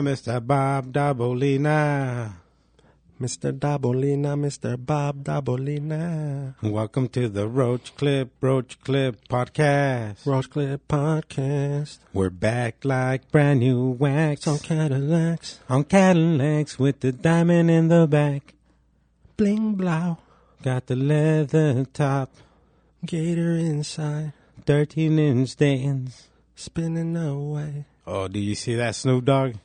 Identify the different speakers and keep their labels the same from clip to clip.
Speaker 1: Mr. Bob E Dabolina.
Speaker 2: Mr. Dabolina, Mr. Bob Dabolina.
Speaker 1: Welcome to the Roach Clip, Roach Clip podcast.
Speaker 2: Roach Clip Podcast.
Speaker 1: We're back like brand new wax
Speaker 2: Some
Speaker 1: on,
Speaker 2: Cadillacs.
Speaker 1: on Cadillacs with the diamond in the back.
Speaker 2: Bling blow.
Speaker 1: Got the leather top,
Speaker 2: Gator inside.
Speaker 1: 13 inch Dayton's.
Speaker 2: Spinning away.
Speaker 1: Oh, do you see that Snoop Dogg?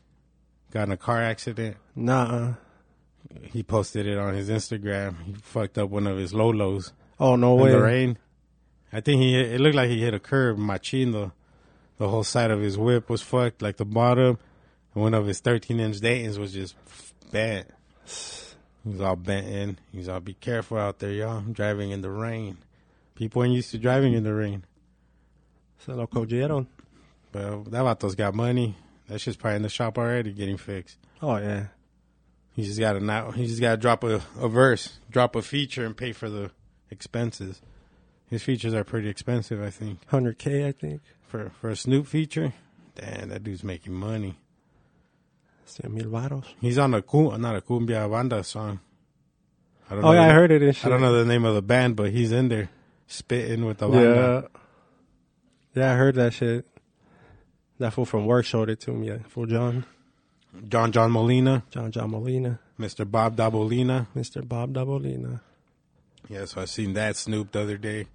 Speaker 1: Got in a car accident.
Speaker 2: Nah.
Speaker 1: He posted it on his Instagram. He fucked up one of his Lolos.
Speaker 2: Oh, no
Speaker 1: in the
Speaker 2: way.
Speaker 1: rain. I think he it looked like he hit a curb, machino. The whole side of his whip was fucked, like the bottom. And one of his 13 inch Dayton's was just bent. He was all bent in. He was all, be careful out there, y'all. I'm driving in the rain. People ain't used to driving in the rain.
Speaker 2: Se lo cogieron.
Speaker 1: But that vato's got money. That shit's probably in the shop already getting fixed.
Speaker 2: Oh, yeah.
Speaker 1: He just gotta not, he just gotta drop a, a verse, drop a feature and pay for the expenses. His features are pretty expensive, I think.
Speaker 2: 100K, I think.
Speaker 1: for for a Snoop feature. Damn, that dude's making money.
Speaker 2: 100 mil varos.
Speaker 1: He's on a cum, not a cumbia banda song. I don't
Speaker 2: Oh, yeah,
Speaker 1: the-
Speaker 2: I heard it and shit.
Speaker 1: I don't know the name of the band, but he's in there spitting with the banda.
Speaker 2: Yeah. Yeah, I heard that shit. That fool from work showed it to me. Yeah. Fool John.
Speaker 1: John John Molina,
Speaker 2: John John Molina.
Speaker 1: Mr. Bob Dabolina.
Speaker 2: Mr. Bob Dabolina.
Speaker 1: Yeah, so I seen that Snoop the other day.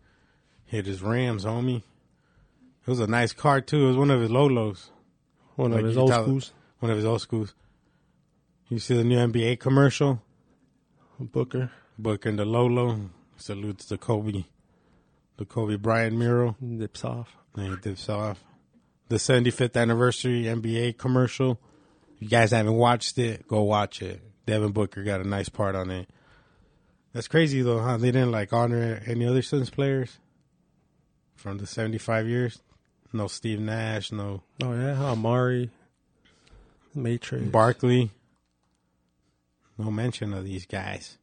Speaker 1: Hit his Rams, homie. It was a nice car too. It was one of his Lolos,
Speaker 2: One
Speaker 1: Like,
Speaker 2: of his
Speaker 1: you
Speaker 2: old
Speaker 1: tell-
Speaker 2: schools.
Speaker 1: one of his old schools. You see the new NBA commercial?
Speaker 2: Booker.
Speaker 1: Booker and the Lolo salutes the Kobe, the Kobe Bryant mural.
Speaker 2: Dips off.
Speaker 1: And he dips off. The 75th anniversary NBA commercial. If you guys haven't watched it, go watch it. Devin Booker got a nice part on it. That's crazy though, huh? They didn't like honor any other Suns players from the 75 years. No Steve Nash, no
Speaker 2: Oh yeah, Amari, Matrix,
Speaker 1: Barkley. No mention of these guys.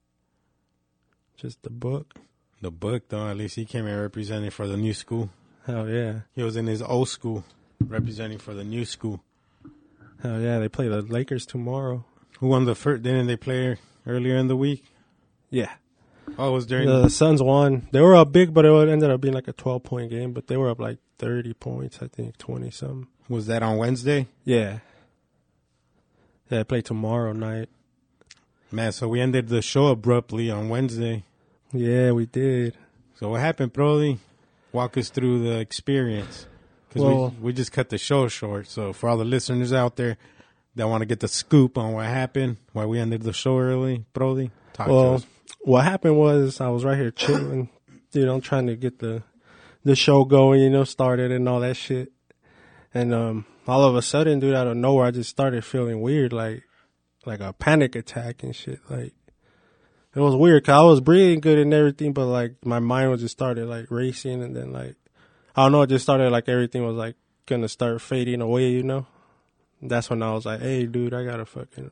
Speaker 2: just the book.
Speaker 1: The book though, at least he came and represented for the new school.
Speaker 2: Hell yeah,
Speaker 1: He was in his old school, representing for the new school.
Speaker 2: hell yeah. They play the Lakers tomorrow.
Speaker 1: Who won the first? Didn't they play earlier in the week?
Speaker 2: Yeah,
Speaker 1: Oh, it was during.
Speaker 2: the Suns won. They were up big, but it ended up being like a twelve point game. But they were up like thirty points, I think, twenty something.
Speaker 1: was that on Wednesday?
Speaker 2: Yeah, yeah. They play tomorrow night.
Speaker 1: Man, so we ended the show abruptly on Wednesday.
Speaker 2: Yeah, we did.
Speaker 1: So what happened, Brody? Walk us through the experience because
Speaker 2: Well-
Speaker 1: we we just cut the show short. So for all the listeners out there that want to get the scoop on what happened, why we ended the show early, Brody, talk to
Speaker 2: Well,
Speaker 1: us.
Speaker 2: what happened was I was right here chilling, you know, trying to get the the show going, you know, started and all that shit. And um, all of a sudden, dude, out of nowhere, I just started feeling weird, like like a panic attack and shit. Like it was weird 'cause I was breathing good and everything, but like my mind was just started like racing, and then like I don't know, it just started like everything was like gonna start fading away, you know. That's when I was like, "Hey, dude, I gotta fucking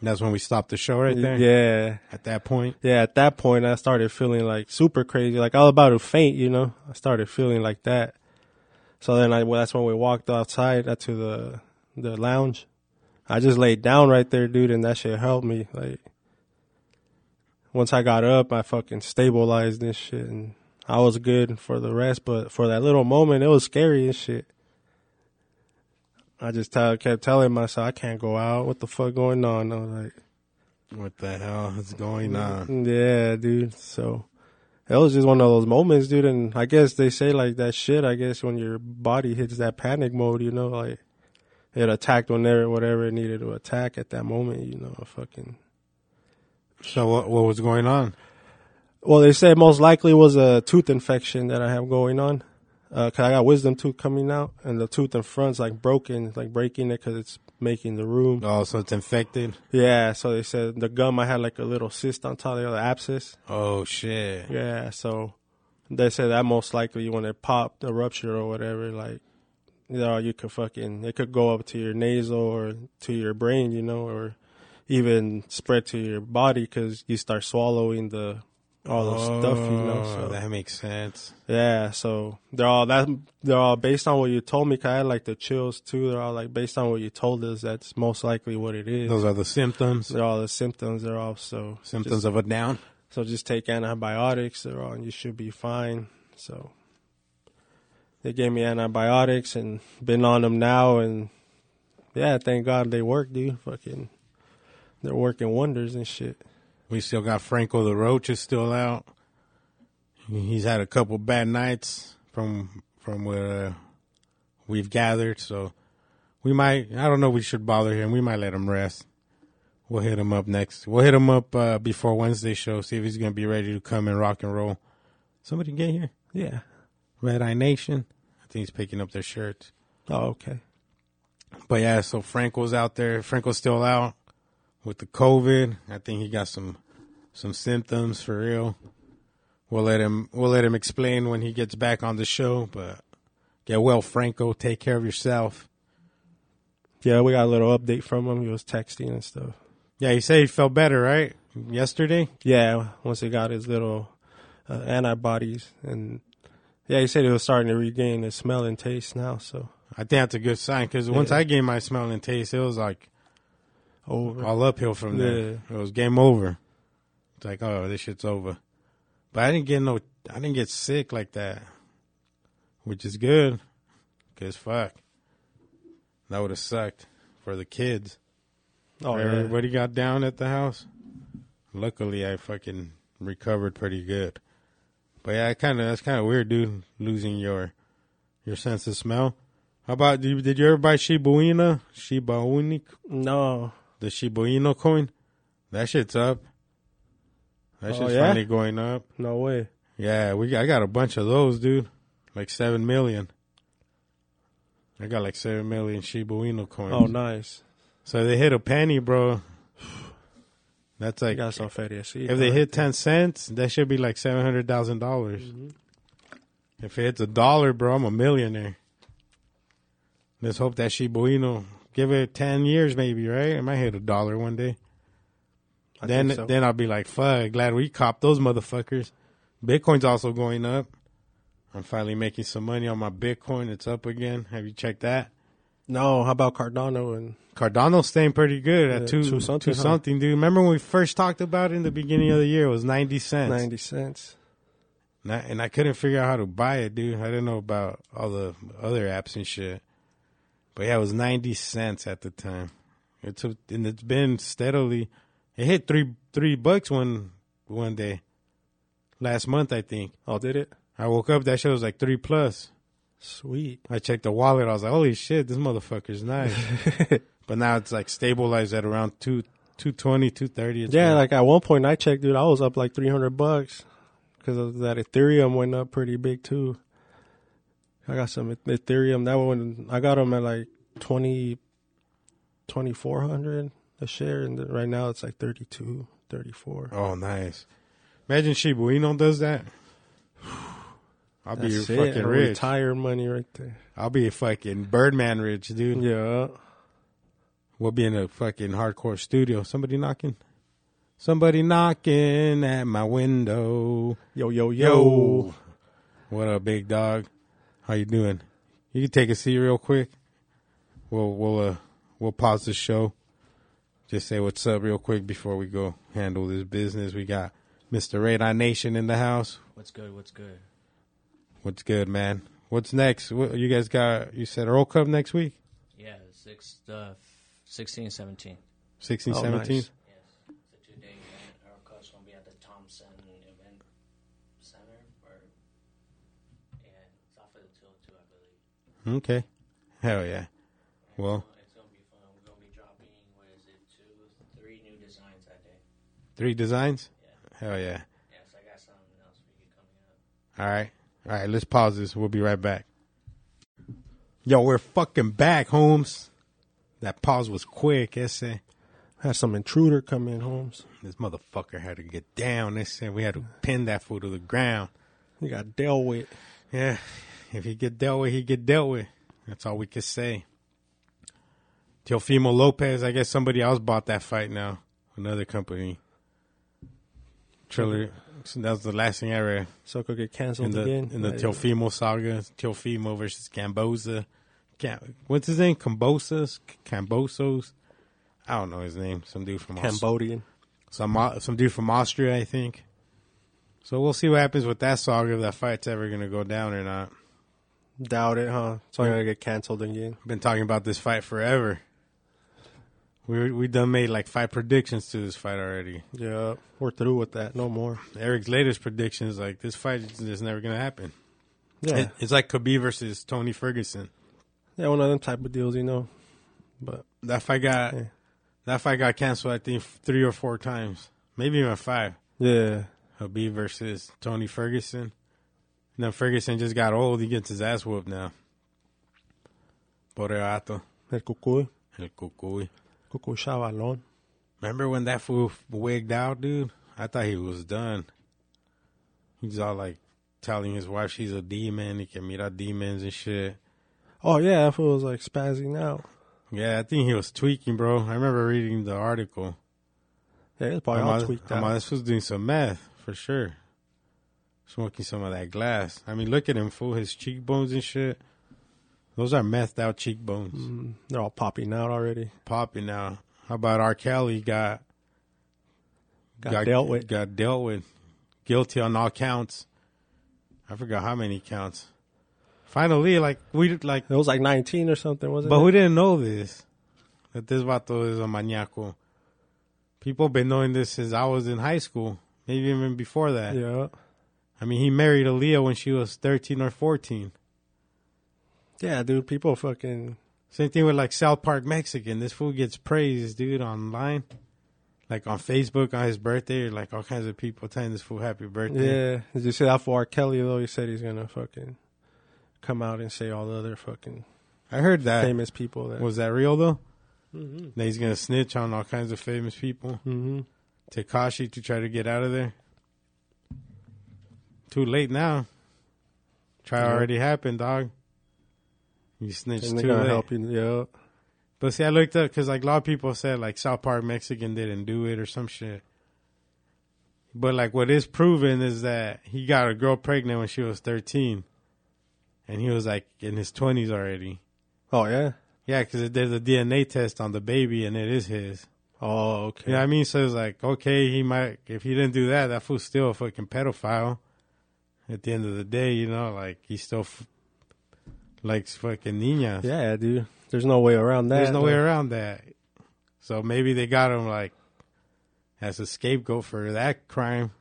Speaker 1: That's when we stopped the show right there.
Speaker 2: yeah."
Speaker 1: At that point,
Speaker 2: yeah, at that point, I started feeling like super crazy, like I was about to faint, you know. I started feeling like that. So then I, well, that's when we walked outside uh, to the the lounge. I just laid down right there, dude, and that shit helped me. Like once I got up, I fucking stabilized this shit, and I was good for the rest. But for that little moment, it was scary as shit. I just tell kept telling myself, I can't go out. What the fuck going on? I was like.
Speaker 1: what the hell is going on?
Speaker 2: Yeah, dude. So it was just one of those moments, dude. And I guess they say like that shit. I guess when your body hits that panic mode, you know, like it attacked whenever whatever it needed to attack at that moment. You know, fucking.
Speaker 1: So what what was going on?
Speaker 2: Well, they say most likely was a tooth infection that I have going on. Uh 'cause I got wisdom tooth coming out, and the tooth in front's like broken, like breaking it because it's making the room.
Speaker 1: Oh, so it's infected.
Speaker 2: Yeah, so they said the gum I had like a little cyst on top of the other abscess.
Speaker 1: Oh shit.
Speaker 2: Yeah, so they said that most likely when it popped, a rupture or whatever, like, you know, you could fucking, it could go up to your nasal or to your brain, you know, or even spread to your body because you start swallowing the all the stuff, you know. So
Speaker 1: Oh, that makes sense.
Speaker 2: yeah, so they're all that they're all based on what you told me. Cause I had like the chills too. They're all like based on what you told us. That's most likely what it is.
Speaker 1: Those are the symptoms.
Speaker 2: they're all the symptoms. They're all so
Speaker 1: Symptoms of a down.
Speaker 2: So just take antibiotics or all, and you should be fine. So they gave me antibiotics and been on them now, and yeah, thank God they work, dude. Fucking, they're working wonders and shit.
Speaker 1: We still got Franco the Roach is still out. He's had a couple bad nights from from where uh, we've gathered, so we might. I don't know. We should bother him. We might let him rest. We'll hit him up next. We'll hit him up uh, before Wednesday show. See if he's gonna be ready to come and rock and roll. Somebody get here.
Speaker 2: Yeah.
Speaker 1: Red Eye Nation. I think he's picking up their shirts.
Speaker 2: Oh, okay.
Speaker 1: But yeah, so Franco's out there. Franco's still out with the COVID. I think he got some some symptoms for real. We'll let him we'll let him explain when he gets back on the show, but get well, Franco. Take care of yourself.
Speaker 2: Yeah, we got a little update from him. He was texting and stuff.
Speaker 1: Yeah, you say he felt better, right? Yesterday?
Speaker 2: Yeah, once he got his little uh, antibodies, and yeah, he said he was starting to regain his smell and taste now. So
Speaker 1: I think that's a good sign because once I gained my smell and taste, it was like
Speaker 2: over.
Speaker 1: all uphill from there.
Speaker 2: Yeah.
Speaker 1: It was game over. It's like, oh, this shit's over. But I didn't get no, I didn't get sick like that, which is good. Cause fuck, that would have sucked for the kids.
Speaker 2: oh, yeah.
Speaker 1: Everybody got down at the house. Luckily, I fucking recovered pretty good. But yeah, I kind of that's kind of weird, dude. Losing your your sense of smell. How about did you, did you ever buy Shibuina? Shibauni
Speaker 2: no.
Speaker 1: the Shiba Inu coin. That shit's up. That
Speaker 2: Oh,
Speaker 1: shit's
Speaker 2: yeah?
Speaker 1: finally going up.
Speaker 2: No way.
Speaker 1: Yeah, we I got a bunch of those, dude. Like seven million. I got like seven million Shiba Inu coins.
Speaker 2: Oh, nice.
Speaker 1: So they hit a penny, bro. That's
Speaker 2: You
Speaker 1: like
Speaker 2: got some feriecita.
Speaker 1: if they hit ten cents, that should be like seven hundred thousand dollars.
Speaker 2: Mm-hmm.
Speaker 1: If it hits a dollar, bro, I'm a millionaire. Let's hope that Shiba Inu give it ten years, maybe. Right? It might hit a dollar one day.
Speaker 2: I
Speaker 1: then
Speaker 2: think so.
Speaker 1: then I'll be like, fuck, glad we copped those motherfuckers. Bitcoin's also going up. I'm finally making some money on my Bitcoin. It's up again. Have you checked that?
Speaker 2: no, how about Cardano and
Speaker 1: Cardano's staying pretty good at
Speaker 2: Yeah,
Speaker 1: two, two
Speaker 2: two
Speaker 1: something,
Speaker 2: something, huh?
Speaker 1: dude. Remember when we first talked about it in the beginning of the year? It was 90 cents.
Speaker 2: ninety cents?
Speaker 1: And I, and I couldn't figure out how to buy it, dude. I didn't know about all the other apps and shit. But yeah, it was 90 cents at the time. It took, and it's been steadily. It hit three three bucks one one day, last month I think.
Speaker 2: Oh, did it?
Speaker 1: I woke up that shit was like three plus.
Speaker 2: Sweet.
Speaker 1: I checked the wallet. I was like, holy shit, this motherfucker's nice. but now it's like stabilized at around two two twenty two thirty.
Speaker 2: Yeah, like at one point I checked, dude, I was up like three hundred bucks because of that Ethereum went up pretty big too. I got some E-, Ethereum. That one I got them at like twenty, twenty four hundred a share, and then right now it's like 32, 34.
Speaker 1: Oh, nice. Imagine Shiba Inu does that. I'll be
Speaker 2: That's it.
Speaker 1: fucking rich.
Speaker 2: Retire money right there.
Speaker 1: I'll be fucking Birdman rich, dude.
Speaker 2: Yeah.
Speaker 1: We'll be in a fucking hardcore studio. Somebody knocking. Somebody knocking at my window.
Speaker 2: Yo, yo, yo.
Speaker 1: Yo, what up, big dog? How you doing? You can take a seat real quick. We'll we'll uh we'll pause the show. Just say what's up real quick before we go handle this business. We got Mr. Radar Nation in the house.
Speaker 3: What's good? What's good?
Speaker 1: What's good, man? What's next? What, you guys got? You said Earl Cup next week,
Speaker 3: Yeah, six, uh, 16, 17.
Speaker 1: sixteen,
Speaker 2: Oh,
Speaker 1: seventeen.
Speaker 2: nice.
Speaker 3: Yes, it's a two-day event. Our coach gonna be at the Thompson Event Center, or and it's off of the till too, I believe.
Speaker 1: Okay, hell yeah. Well,
Speaker 3: Uh, It's gonna be fun. We're gonna be dropping what is it, two, three new designs that day.
Speaker 1: three designs.
Speaker 3: Yeah.
Speaker 1: Hell yeah.
Speaker 3: Yes, I got something else for you coming up.
Speaker 1: All right. All right, let's pause this. We'll be right back. Yo, we're fucking back, Holmes. That pause was quick, ese.
Speaker 2: Had some intruder come in, Holmes.
Speaker 1: This motherfucker had to get down, ese. We had to pin that fool to the ground.
Speaker 2: You got dealt with.
Speaker 1: Yeah, if he get dealt with, he get dealt with. That's all we could say. Teofimo Lopez, I guess somebody else bought that fight now. Another company. Triller, That was the last thing I read
Speaker 2: So it could get
Speaker 1: in
Speaker 2: canceled
Speaker 1: the
Speaker 2: again.
Speaker 1: in the
Speaker 2: Like,
Speaker 1: Teofimo saga. Teofimo versus Cambosa. Cam- What's his name? Cambosos. Cambosos. I don't know his name. Some dude from Aus-
Speaker 2: Cambodian.
Speaker 1: some Au- some dude from Austria, I think. So we'll see what happens with that saga. If that fight's ever gonna go down or not.
Speaker 2: Doubt it, huh? It's only gonna get canceled again.
Speaker 1: Been talking about this fight forever. We we done made like five predictions to this fight already.
Speaker 2: Yeah, we're through with that. No more.
Speaker 1: Eric's latest prediction is like this fight is just never gonna happen.
Speaker 2: Yeah,
Speaker 1: It- it's like Khabib versus Tony Ferguson.
Speaker 2: yeah, one of them type of deals, you know. But
Speaker 1: That fight got
Speaker 2: Yeah.
Speaker 1: that fight got canceled. I think three or four times, maybe even five.
Speaker 2: yeah,
Speaker 1: Khabib versus Tony Ferguson. And then Ferguson just got old. He gets his ass whooped now. Boreato
Speaker 2: el cucuy,
Speaker 1: el cucuy.
Speaker 2: cucuy chavalón.
Speaker 1: Remember when that fool wigged out, dude? I thought he was done. He's all like telling his wife she's a demon. He can meet out demons and shit.
Speaker 2: Oh yeah, that fool was like spazzing out.
Speaker 1: Yeah, I think he was tweaking, bro. I remember reading the article.
Speaker 2: Yeah, it's probably
Speaker 1: I'm
Speaker 2: all
Speaker 1: out-
Speaker 2: Oh, tweaked
Speaker 1: I'm
Speaker 2: out.
Speaker 1: out- this was doing some meth for sure. Smoking some of that glass. I mean, look at him, fool. His cheekbones and shit. Those are methed out cheekbones,
Speaker 2: Mm, they're all popping out already.
Speaker 1: popping now. How about R. Kelly got
Speaker 2: Got dealt with.
Speaker 1: Got dealt with. Guilty on all counts. I forgot how many counts. Finally, like we like,
Speaker 2: It was like 19 or something, wasn't
Speaker 1: but
Speaker 2: it?
Speaker 1: we didn't know this. That this vato is a maniaco. People been knowing this since I was in high school, maybe even before that.
Speaker 2: yeah,
Speaker 1: I mean, he married Aaliyah when she was 13 or 14.
Speaker 2: yeah, dude. People fucking
Speaker 1: Same thing with like South Park Mexican. This fool gets praised, dude, online. Like on Facebook on his birthday, like all kinds of people telling this fool happy birthday.
Speaker 2: yeah. Did you see that for R. Kelly though? He said he's gonna fucking come out and say all the other fucking
Speaker 1: I heard that.
Speaker 2: famous people that.
Speaker 1: Was that real though?
Speaker 2: Mhm.
Speaker 1: That he's going to snitch on all kinds of famous people.
Speaker 2: Mhm.
Speaker 1: Takashi to try to get out of there. Too late now. Try
Speaker 2: Yeah.
Speaker 1: already happened, dog. You snitched
Speaker 2: And
Speaker 1: too
Speaker 2: they're gonna
Speaker 1: late.
Speaker 2: help you. Yeah.
Speaker 1: But see, I looked up because like a lot of people said like South Park Mexican didn't do it or some shit. But like what is proven is that he got a girl pregnant when she was thirteen, and he was like in his twenties already.
Speaker 2: Oh yeah.
Speaker 1: Yeah, because there's a DNA test on the baby, and it is his.
Speaker 2: Oh okay.
Speaker 1: You know what I mean? So it's like okay, he might if he didn't do that, that fool's still a fucking pedophile. At the end of the day, you know, like he still f- likes fucking niñas.
Speaker 2: Yeah, dude. There's no way around that.
Speaker 1: There's no
Speaker 2: though.
Speaker 1: way around that. So maybe they got him like as a scapegoat for that crime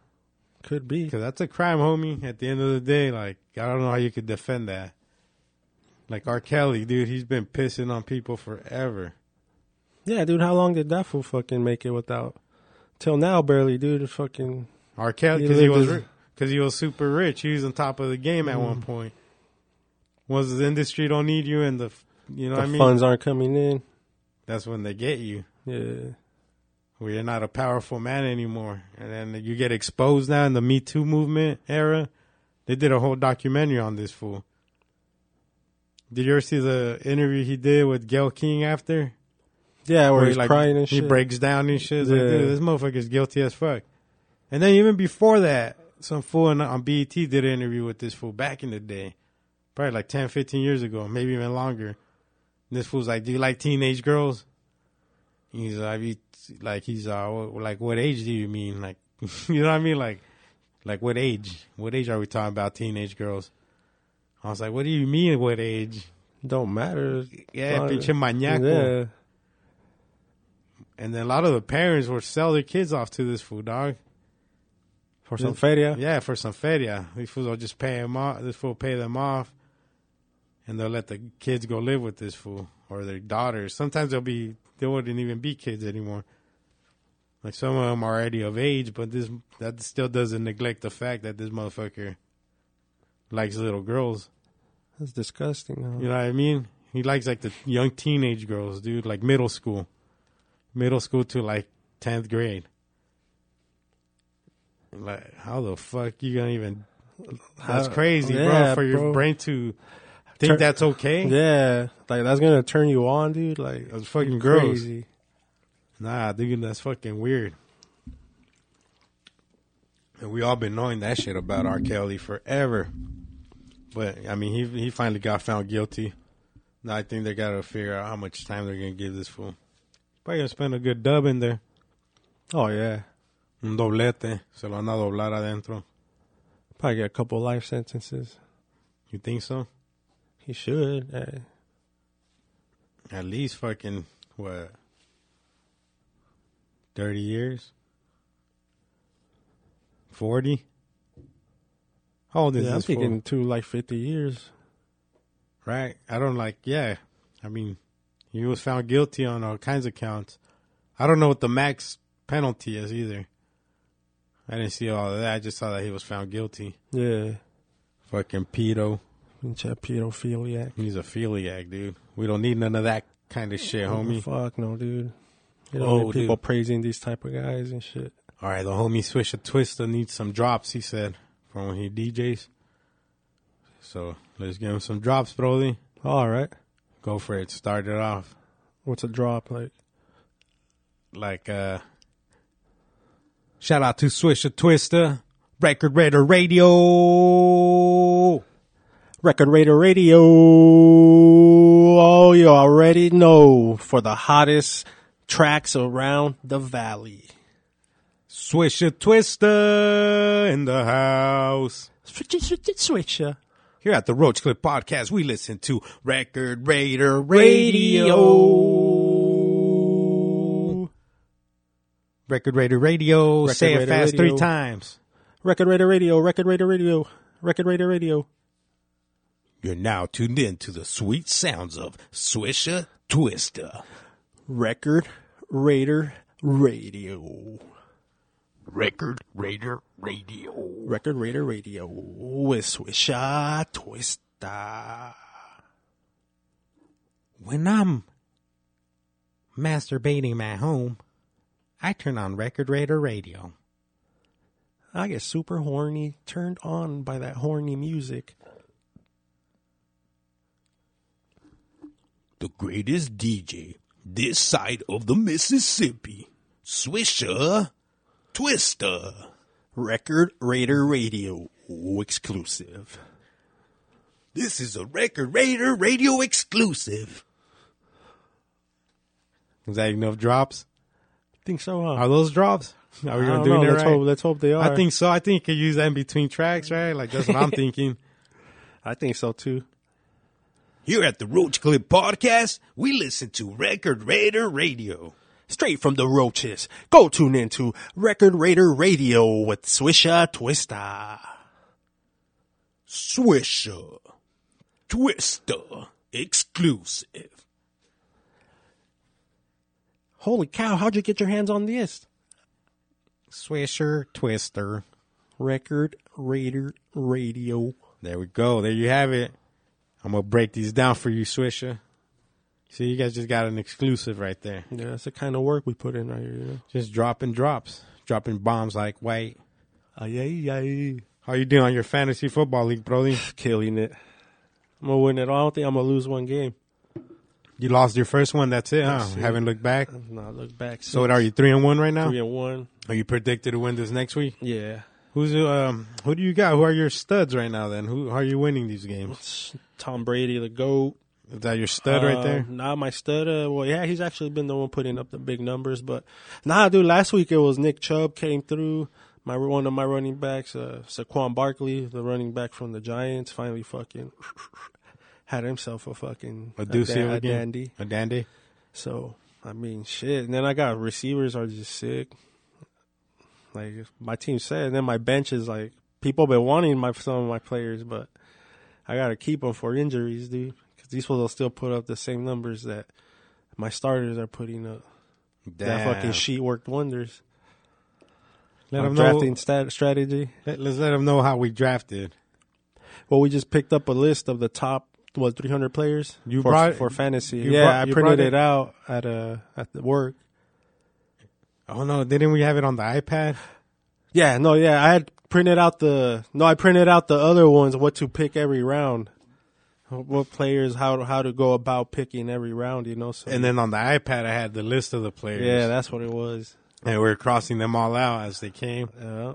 Speaker 2: Could be.
Speaker 1: because that's a crime, homie. At the end of the day, like I don't know how you could defend that. Like R. Kelly, dude, he's been pissing on people forever.
Speaker 2: Yeah, dude. How long did that fool fucking make it without? Till now, barely, dude. Fucking
Speaker 1: R. Kelly
Speaker 2: He
Speaker 1: because he
Speaker 2: lived
Speaker 1: was
Speaker 2: his- Mm.
Speaker 1: because he was super rich. He was on top of the game at one point. Once the industry don't need you and the f- you know
Speaker 2: the
Speaker 1: what I mean,
Speaker 2: funds aren't coming in.
Speaker 1: that's when they get you.
Speaker 2: Yeah.
Speaker 1: where you're not a powerful man anymore. And then you get exposed now in the Me Too movement era. They did a whole documentary on this fool. Did you ever see the interview he did with Gail King after?
Speaker 2: Yeah, where,
Speaker 1: he,
Speaker 2: he's crying and
Speaker 1: he
Speaker 2: shit.
Speaker 1: breaks down and shit. It's like,
Speaker 2: Yeah.
Speaker 1: dude, this motherfucker's guilty as fuck. And then even before that, some fool on- on BET did an interview with this fool back in the day, probably like 10, 15 years ago, maybe even longer. And this fool's like, "Do you like teenage girls?" He's like, "You- like he's uh, wh- like, what age do you mean? Like, you know what I mean? Like, like what age? What age are we talking about? Teenage girls?" I was like, "What do you mean? What age?"
Speaker 2: Don't matter.
Speaker 1: Yeah,
Speaker 2: Fuck.
Speaker 1: pinche mañaco.
Speaker 2: Yeah.
Speaker 1: And then a lot of the parents would sell their kids off to this fool, dog.
Speaker 2: For some feria.
Speaker 1: Yeah, for some feria. These fools will just pay them off. This fool will pay them off, and they'll let the kids go live with this fool or their daughters. Sometimes they'll be they wouldn't even be kids anymore. Like some of them are already of age, but this that still doesn't neglect the fact that this motherfucker likes little girls.
Speaker 2: That's disgusting. Huh?
Speaker 1: You know what I mean? He likes like the young teenage girls, dude, like middle school, middle school to like tenth grade. Like, how the fuck you gonna even? That's
Speaker 2: How-
Speaker 1: crazy, bro.
Speaker 2: Uh, yeah,
Speaker 1: For your
Speaker 2: bro.
Speaker 1: brain to think
Speaker 2: Tur-
Speaker 1: that's okay?
Speaker 2: Yeah, like that's gonna turn you on, dude. Like
Speaker 1: That's fucking gross.
Speaker 2: crazy.
Speaker 1: Nah, dude, that's fucking weird. And we all been knowing that shit about R. Kelly forever. But I mean, he he finally got found guilty. Now I think they gotta figure out how much time they're gonna give this fool. Probably gonna spend a good dub in there.
Speaker 2: Oh yeah,
Speaker 1: Un doblete. Se lo van a doblar adentro.
Speaker 2: probably get a couple life sentences.
Speaker 1: You think so?
Speaker 2: He should. eh.
Speaker 1: At least fucking what? Thirty years. Forty. How old is
Speaker 2: yeah, I'm
Speaker 1: this fool?
Speaker 2: thinking two like fifty years.
Speaker 1: Right. I don't like, yeah. I mean, he was found guilty on all kinds of counts. I don't know what the max penalty is either. I didn't see all of that. I just saw that he was found guilty.
Speaker 2: Yeah,
Speaker 1: Fucking pedo.
Speaker 2: and check pedophiliac.
Speaker 1: He's a celiac, dude. We don't need none of that kind of shit, homie.
Speaker 2: Fuck no, dude. You
Speaker 1: Oh,
Speaker 2: know, need people
Speaker 1: dude.
Speaker 2: praising these type of guys and shit.
Speaker 1: All right, the homie Swish a Twister needs some drops, he said, from when he DJs. So let's give him some drops, Brody.
Speaker 2: All right,
Speaker 1: Go for it. Start it off.
Speaker 2: what's a drop like?
Speaker 1: like uh shout out to Swisher Twister, Record Raider Radio.
Speaker 2: Record Raider Radio. Oh, you already know for the hottest tracks around the valley.
Speaker 1: Swisher Twister in the house.
Speaker 2: Switch, it, switch, it, switch, yeah.
Speaker 1: Here at the Roach Clip Podcast, we listen to Record Raider Radio.
Speaker 2: Radio.
Speaker 1: Record Raider Radio.
Speaker 2: Record
Speaker 1: Say it
Speaker 2: Raider
Speaker 1: fast
Speaker 2: Radio.
Speaker 1: three times.
Speaker 2: Record Raider Radio. Record Raider Radio. Record Raider Radio.
Speaker 1: You're now tuned in to the sweet sounds of Swisher Twister.
Speaker 2: Record Raider Radio.
Speaker 1: Record Raider Radio.
Speaker 2: Record Raider Radio with Swisha Twista.
Speaker 1: when I'm masturbating at home, I turn on Record Raider Radio.
Speaker 2: I get super horny, turned on by that horny music.
Speaker 1: The greatest DJ this side of the Mississippi, Swisher Twister.
Speaker 2: Record Raider Radio exclusive.
Speaker 1: This is a Record Raider Radio exclusive. Is that enough drops?
Speaker 2: Think so, huh?
Speaker 1: Are those drops? Are we gonna
Speaker 2: I don't
Speaker 1: do
Speaker 2: know.
Speaker 1: that
Speaker 2: Let's,
Speaker 1: right?
Speaker 2: hope, let's hope they are.
Speaker 1: I think so. I think you could use that in between tracks, right? Like that's what I'm thinking.
Speaker 2: I think so too.
Speaker 1: Here at the Roach Clip Podcast, we listen to Record Raider Radio.
Speaker 2: Straight from the roaches. Go tune into Record Raider Radio with Swisha Twista.
Speaker 1: Swisher, Twister, exclusive.
Speaker 2: Holy cow! How'd you get your hands on this?
Speaker 1: Swisher, Twister.
Speaker 2: Record Raider Radio.
Speaker 1: There we go. There you have it. I'm gonna break these down for you, Swisher. See, you guys just got an exclusive right there.
Speaker 2: Yeah, that's the kind of work we put in right here. You know?
Speaker 1: Just dropping drops, dropping bombs like white.
Speaker 2: Ay, ay,
Speaker 1: How you doing on your fantasy football league, Brody?
Speaker 2: ay. Killing it. I'm gonna win it. all. I don't think I'm gonna lose one game.
Speaker 1: You lost your first one. That's it, huh?
Speaker 2: That's it.
Speaker 1: Haven't looked back.
Speaker 2: Nah, look back.
Speaker 1: So, what are you three and one right now?
Speaker 2: Three and one.
Speaker 1: Are you predicted to win this next week?
Speaker 2: Yeah.
Speaker 1: Who's um? Who do you got? Who are your studs right now? Then who how are you winning these games?
Speaker 2: Tom Brady, the goat.
Speaker 1: Is that your stud right there?
Speaker 2: Um, Nah, my stud. Uh, well, yeah, he's actually been the one putting up the big numbers. But nah, dude, last week it was Nick Chubb came through. My one of my running backs, uh, Saquon Barkley, the running back from the Giants, finally fucking had himself a fucking
Speaker 1: A doozy
Speaker 2: da-
Speaker 1: of a game.
Speaker 2: dandy.
Speaker 1: A dandy.
Speaker 2: So I mean, shit. And then I got receivers are just sick. Like my team said, and then my bench is like people been wanting my some of my players, but I gotta keep them for injuries, dude. Because these fools will still put up the same numbers that my starters are putting up.
Speaker 1: Damn.
Speaker 2: That fucking sheet worked wonders.
Speaker 1: Let
Speaker 2: My
Speaker 1: them
Speaker 2: drafting
Speaker 1: know.
Speaker 2: stat- strategy.
Speaker 1: Let, us let them know how we drafted.
Speaker 2: Well, we just picked up a list of the top what 300 players
Speaker 1: You
Speaker 2: for,
Speaker 1: brought-
Speaker 2: for fantasy.
Speaker 1: you
Speaker 2: yeah,
Speaker 1: brought- you
Speaker 2: I printed
Speaker 1: brought it-
Speaker 2: it out at uh at the work.
Speaker 1: Oh no! Didn't we have it on the iPad?
Speaker 2: Yeah, no, yeah, I had printed out the no, I printed out the other ones. What to pick every round, what players, how how to go about picking every round. You know, so
Speaker 1: And then on the iPad, I had the list of the players.
Speaker 2: yeah, that's what it was.
Speaker 1: and we were crossing them all out as they came.
Speaker 2: Yeah,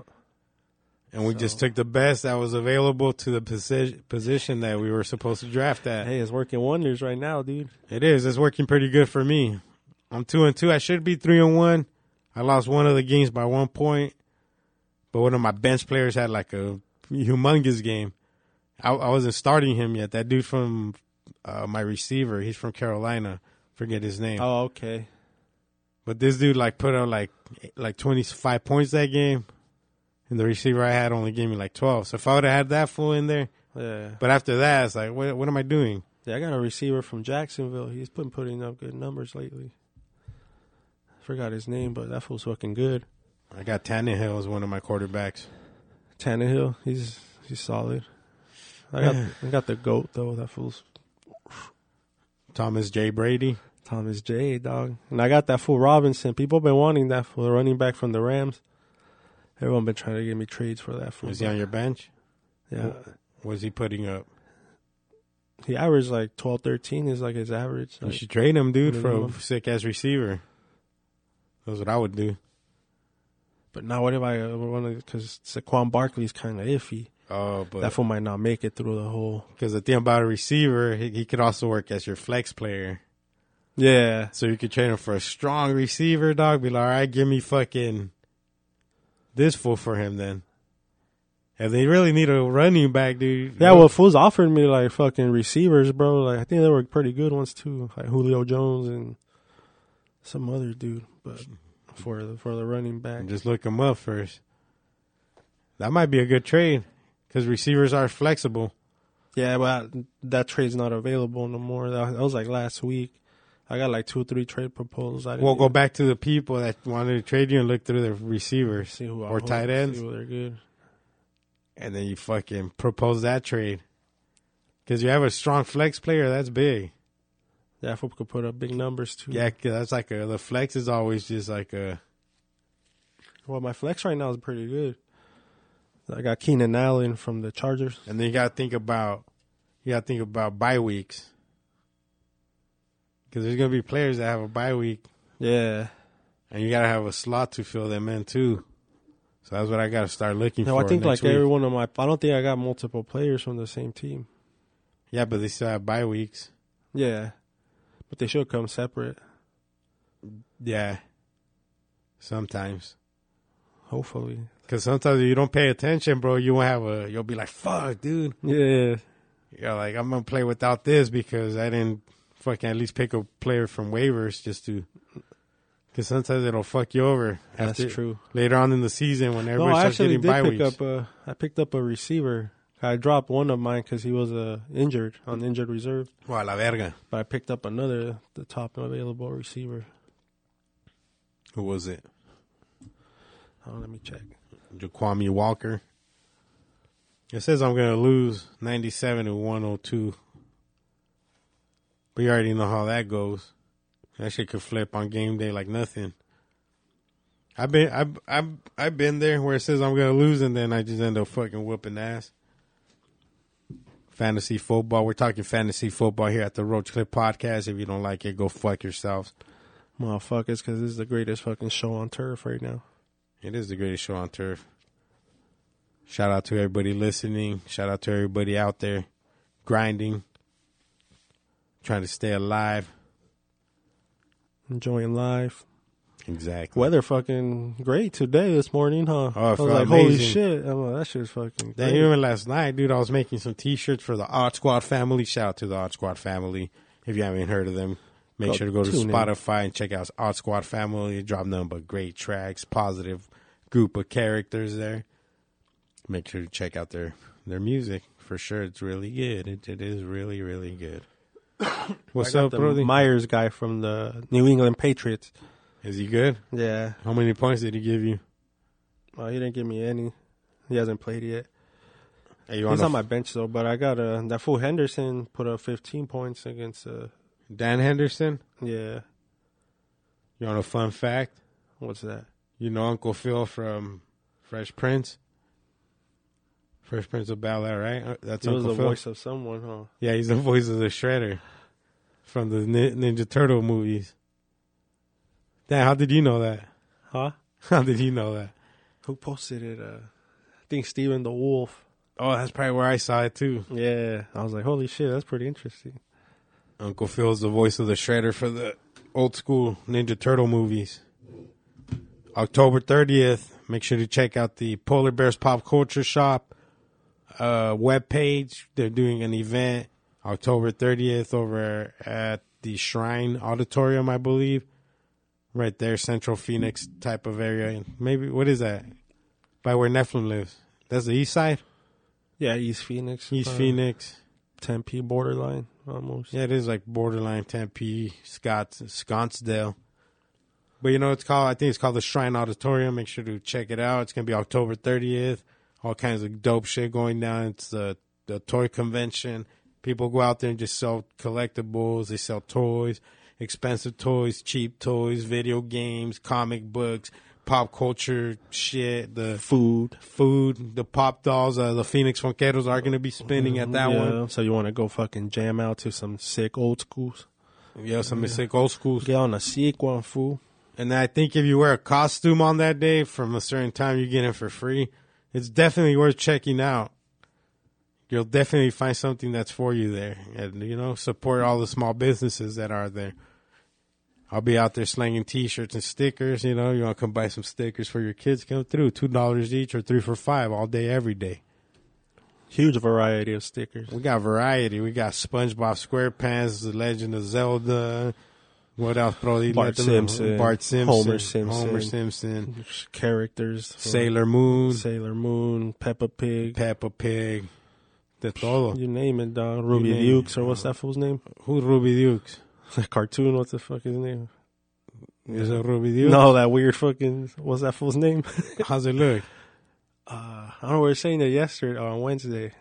Speaker 1: and we just took the best that was available to the position position that we were supposed to draft at.
Speaker 2: Hey, it's working wonders right now, dude.
Speaker 1: It is. It's working pretty good for me. I'm two and two. I should be three and one. I lost one of the games by one point, but one of my bench players had like a humongous game. I, I wasn't starting him yet. That dude from uh, my receiver, he's from Carolina. Forget his name.
Speaker 2: Oh, okay.
Speaker 1: But this dude like put up like like twenty five points that game, and the receiver I had only gave me like twelve. So if I would have had that fool in there,
Speaker 2: Yeah.
Speaker 1: but after that, it's like, what, what am I doing?
Speaker 2: Yeah, I got a receiver from Jacksonville. He's been putting up good numbers lately. I forgot his name, but that fool's fucking good.
Speaker 1: I got Tannehill as one of my quarterbacks.
Speaker 2: Tannehill, he's he's solid. I got I got the goat though. That fool's
Speaker 1: Thomas J. Brady.
Speaker 2: Thomas J. Dog, and I got that fool Robinson. People been wanting that fool, the running back from the Rams. Everyone been trying to give me trades for that fool.
Speaker 1: Was he on your bench?
Speaker 2: yeah,
Speaker 1: Was he putting up?
Speaker 2: he averaged like 12, 13 is like his average.
Speaker 1: You
Speaker 2: Like,
Speaker 1: should trade him, dude, for a
Speaker 2: minimum.
Speaker 1: sick ass receiver. That's what I would do.
Speaker 2: but now what if I uh, want to? Because Saquon Barkley's kind of iffy.
Speaker 1: Oh,
Speaker 2: That
Speaker 1: but
Speaker 2: fool might not make it through the whole.
Speaker 1: because the thing about a receiver, he, he could also work as your flex player.
Speaker 2: Yeah,
Speaker 1: So you could trade him for a strong receiver, dog. Be like, all right, give me fucking this fool for him then. If they really need a running back, dude.
Speaker 2: Yeah, well, fools offered me like fucking receivers, bro. Like I think they were pretty good ones too, like Julio Jones and some other dude. But
Speaker 1: Hmm.
Speaker 2: for the for the running back,
Speaker 1: just look him up first. That might be a good trade because receivers are flexible.
Speaker 2: yeah, but that trade's not available no more. That that was like last week. I got like two or three trade proposals. I didn't
Speaker 1: We'll go
Speaker 2: even
Speaker 1: back to the people that wanted to trade you and look through their receivers
Speaker 2: see who I
Speaker 1: or
Speaker 2: want,
Speaker 1: tight ends,
Speaker 2: See who they're good.
Speaker 1: and then you fucking propose that trade because you have a strong flex player. That's big.
Speaker 2: Yeah, fool could put up big numbers too.
Speaker 1: Yeah, 'cause that's like a the flex is always just like a
Speaker 2: Well, my flex right now is pretty good. I got Keenan Allen from the Chargers.
Speaker 1: And then you got to think about you got to think about bye weeks because there's gonna be players that have a bye week,
Speaker 2: Yeah.
Speaker 1: and you gotta have a slot to fill them in too. So that's what I gotta start looking
Speaker 2: No,
Speaker 1: for.
Speaker 2: I think
Speaker 1: next
Speaker 2: like
Speaker 1: week.
Speaker 2: every one of my. I don't think I got multiple players from the same team.
Speaker 1: yeah, but they still have bye weeks.
Speaker 2: Yeah, but they should come separate.
Speaker 1: Yeah, sometimes
Speaker 2: Hopefully.
Speaker 1: because sometimes if you don't pay attention, bro. You won't have a. You'll be like, "Fuck, dude."
Speaker 2: Yeah.
Speaker 1: You're like, "I'm gonna play without this because I didn't fucking at least pick a player from waivers just to." Because sometimes it'll fuck you over.
Speaker 2: That's
Speaker 1: after-
Speaker 2: true.
Speaker 1: later on in the season when
Speaker 2: No,
Speaker 1: everybody
Speaker 2: I
Speaker 1: starts
Speaker 2: actually
Speaker 1: getting
Speaker 2: did
Speaker 1: bye
Speaker 2: pick
Speaker 1: weeks.
Speaker 2: up a. I picked up a receiver. I dropped one of mine because he was uh, injured on injured reserve,
Speaker 1: Wow, la verga.
Speaker 2: but I picked up another the top available receiver.
Speaker 1: Who was it?
Speaker 2: Oh, let me check.
Speaker 1: Jaquami Walker. It says I'm going to lose 97 to 102. But you already know how that goes. That shit could flip on game day like nothing. I've been I've I've I've been there where it says I'm gonna lose and then I just end up fucking whooping ass. Fantasy football. We're talking fantasy football here at the Roach Clip Podcast. If you don't like it, go fuck yourselves.
Speaker 2: Motherfuckers, because this is the greatest fucking show on turf right now.
Speaker 1: It is the greatest show on turf. Shout out to everybody listening. Shout out to everybody out there grinding, trying to stay alive.
Speaker 2: Enjoying life.
Speaker 1: Exactly.
Speaker 2: Weather fucking great today this morning, huh?
Speaker 1: Oh, it
Speaker 2: I was
Speaker 1: felt
Speaker 2: like, holy
Speaker 1: amazing.
Speaker 2: shit! I'm like, that shit is fucking.
Speaker 1: Then
Speaker 2: great.
Speaker 1: even last night, dude, I was making some T-shirts for the Odd Squad family. Shout out to the Odd Squad family. If you haven't heard of them, make
Speaker 2: Go
Speaker 1: sure to go to
Speaker 2: tune in.
Speaker 1: Spotify and check out Odd Squad family. Drop nothing but great tracks, positive group of characters there. Make sure to check out their their music for sure. It's really good. It, it is really really good. What's
Speaker 2: I got
Speaker 1: up,
Speaker 2: the
Speaker 1: Brody?
Speaker 2: Myers guy from the New England Patriots.
Speaker 1: is he good?
Speaker 2: Yeah.
Speaker 1: How many points did he give you?
Speaker 2: Oh, he didn't give me any. He hasn't played yet.
Speaker 1: Hey, you
Speaker 2: He's
Speaker 1: wanna
Speaker 2: on my bench though, but I got uh, that fool Henderson put up 15 points against. Uh,
Speaker 1: f- Dan Henderson?
Speaker 2: yeah,
Speaker 1: You want a fun fact?
Speaker 2: what's that?
Speaker 1: You know Uncle Phil from Fresh Prince? Fresh Prince of Bel Air, right? Uh, That's
Speaker 2: It was
Speaker 1: Uncle
Speaker 2: the
Speaker 1: Phil.
Speaker 2: voice of someone, huh?
Speaker 1: Yeah, he's the voice of the Shredder from the Nin- Ninja Turtle movies. Damn, how did you know that?
Speaker 2: Huh?
Speaker 1: How did you know that?
Speaker 2: Who posted it? Uh, I think Steven the Wolf.
Speaker 1: Oh, that's probably where I saw it too.
Speaker 2: Yeah, I was like, holy shit, that's pretty interesting.
Speaker 1: Uncle Phil's the voice of the Shredder for the old school Ninja Turtle movies. October 30th, make sure to check out the Polar Bears Pop Culture Shop uh, webpage. They're doing an event October 30th over at the Shrine Auditorium, I believe. Right there, Central Phoenix type of area. Maybe, what is that? By where Nephilim lives. That's the east side?
Speaker 2: Yeah, East Phoenix.
Speaker 1: East
Speaker 2: uh,
Speaker 1: Phoenix.
Speaker 2: Tempe borderline almost.
Speaker 1: Yeah, it is like borderline Tempe, Scotts, Scottsdale. But you know, it's called, I think it's called the Shrine Auditorium. Make sure to check it out. It's going to be October 30th. All kinds of dope shit going down. It's the, the toy convention. People go out there and just sell collectibles. They sell toys, expensive toys, cheap toys, video games, comic books, pop culture shit, the
Speaker 2: Food.
Speaker 1: food, the pop dolls. Uh, the Phoenix Funkeros are going to be spinning at that
Speaker 2: Yeah,
Speaker 1: one.
Speaker 2: So you want to go fucking jam out to some sick old schools?
Speaker 1: Yeah, some mistake old school.
Speaker 2: Get on a sick one, fool.
Speaker 1: And I think if you wear a costume on that day from a certain time, you get it for free. It's definitely worth checking out. You'll definitely find something that's for you there. And, you know, support all the small businesses that are there. I'll be out there slinging t shirts and stickers. You know, you want to come buy some stickers for your kids? Come through. $2 each or three for five all day, every day.
Speaker 2: Huge variety of stickers.
Speaker 1: We got variety. We got SpongeBob SquarePants, The Legend of Zelda. What else, bro?
Speaker 2: Bart Simpson.
Speaker 1: Bart Simpson.
Speaker 2: Homer Simpson.
Speaker 1: Homer Simpson.
Speaker 2: Characters.
Speaker 1: Sailor Moon,
Speaker 2: Sailor Moon, Peppa Pig.
Speaker 1: Peppa Pig, de todo.
Speaker 2: you name it, dog. Ruby
Speaker 1: name uh, it,
Speaker 2: Dukes, or what's that fool's name?
Speaker 1: Who's Ruby Dukes?
Speaker 2: That cartoon, what's the fuck his name?
Speaker 1: Is it Ruby Dukes?
Speaker 2: No, that weird fucking, what's that fool's name?
Speaker 1: How's it look?
Speaker 2: Uh, I don't know. We were saying that yesterday on Wednesday.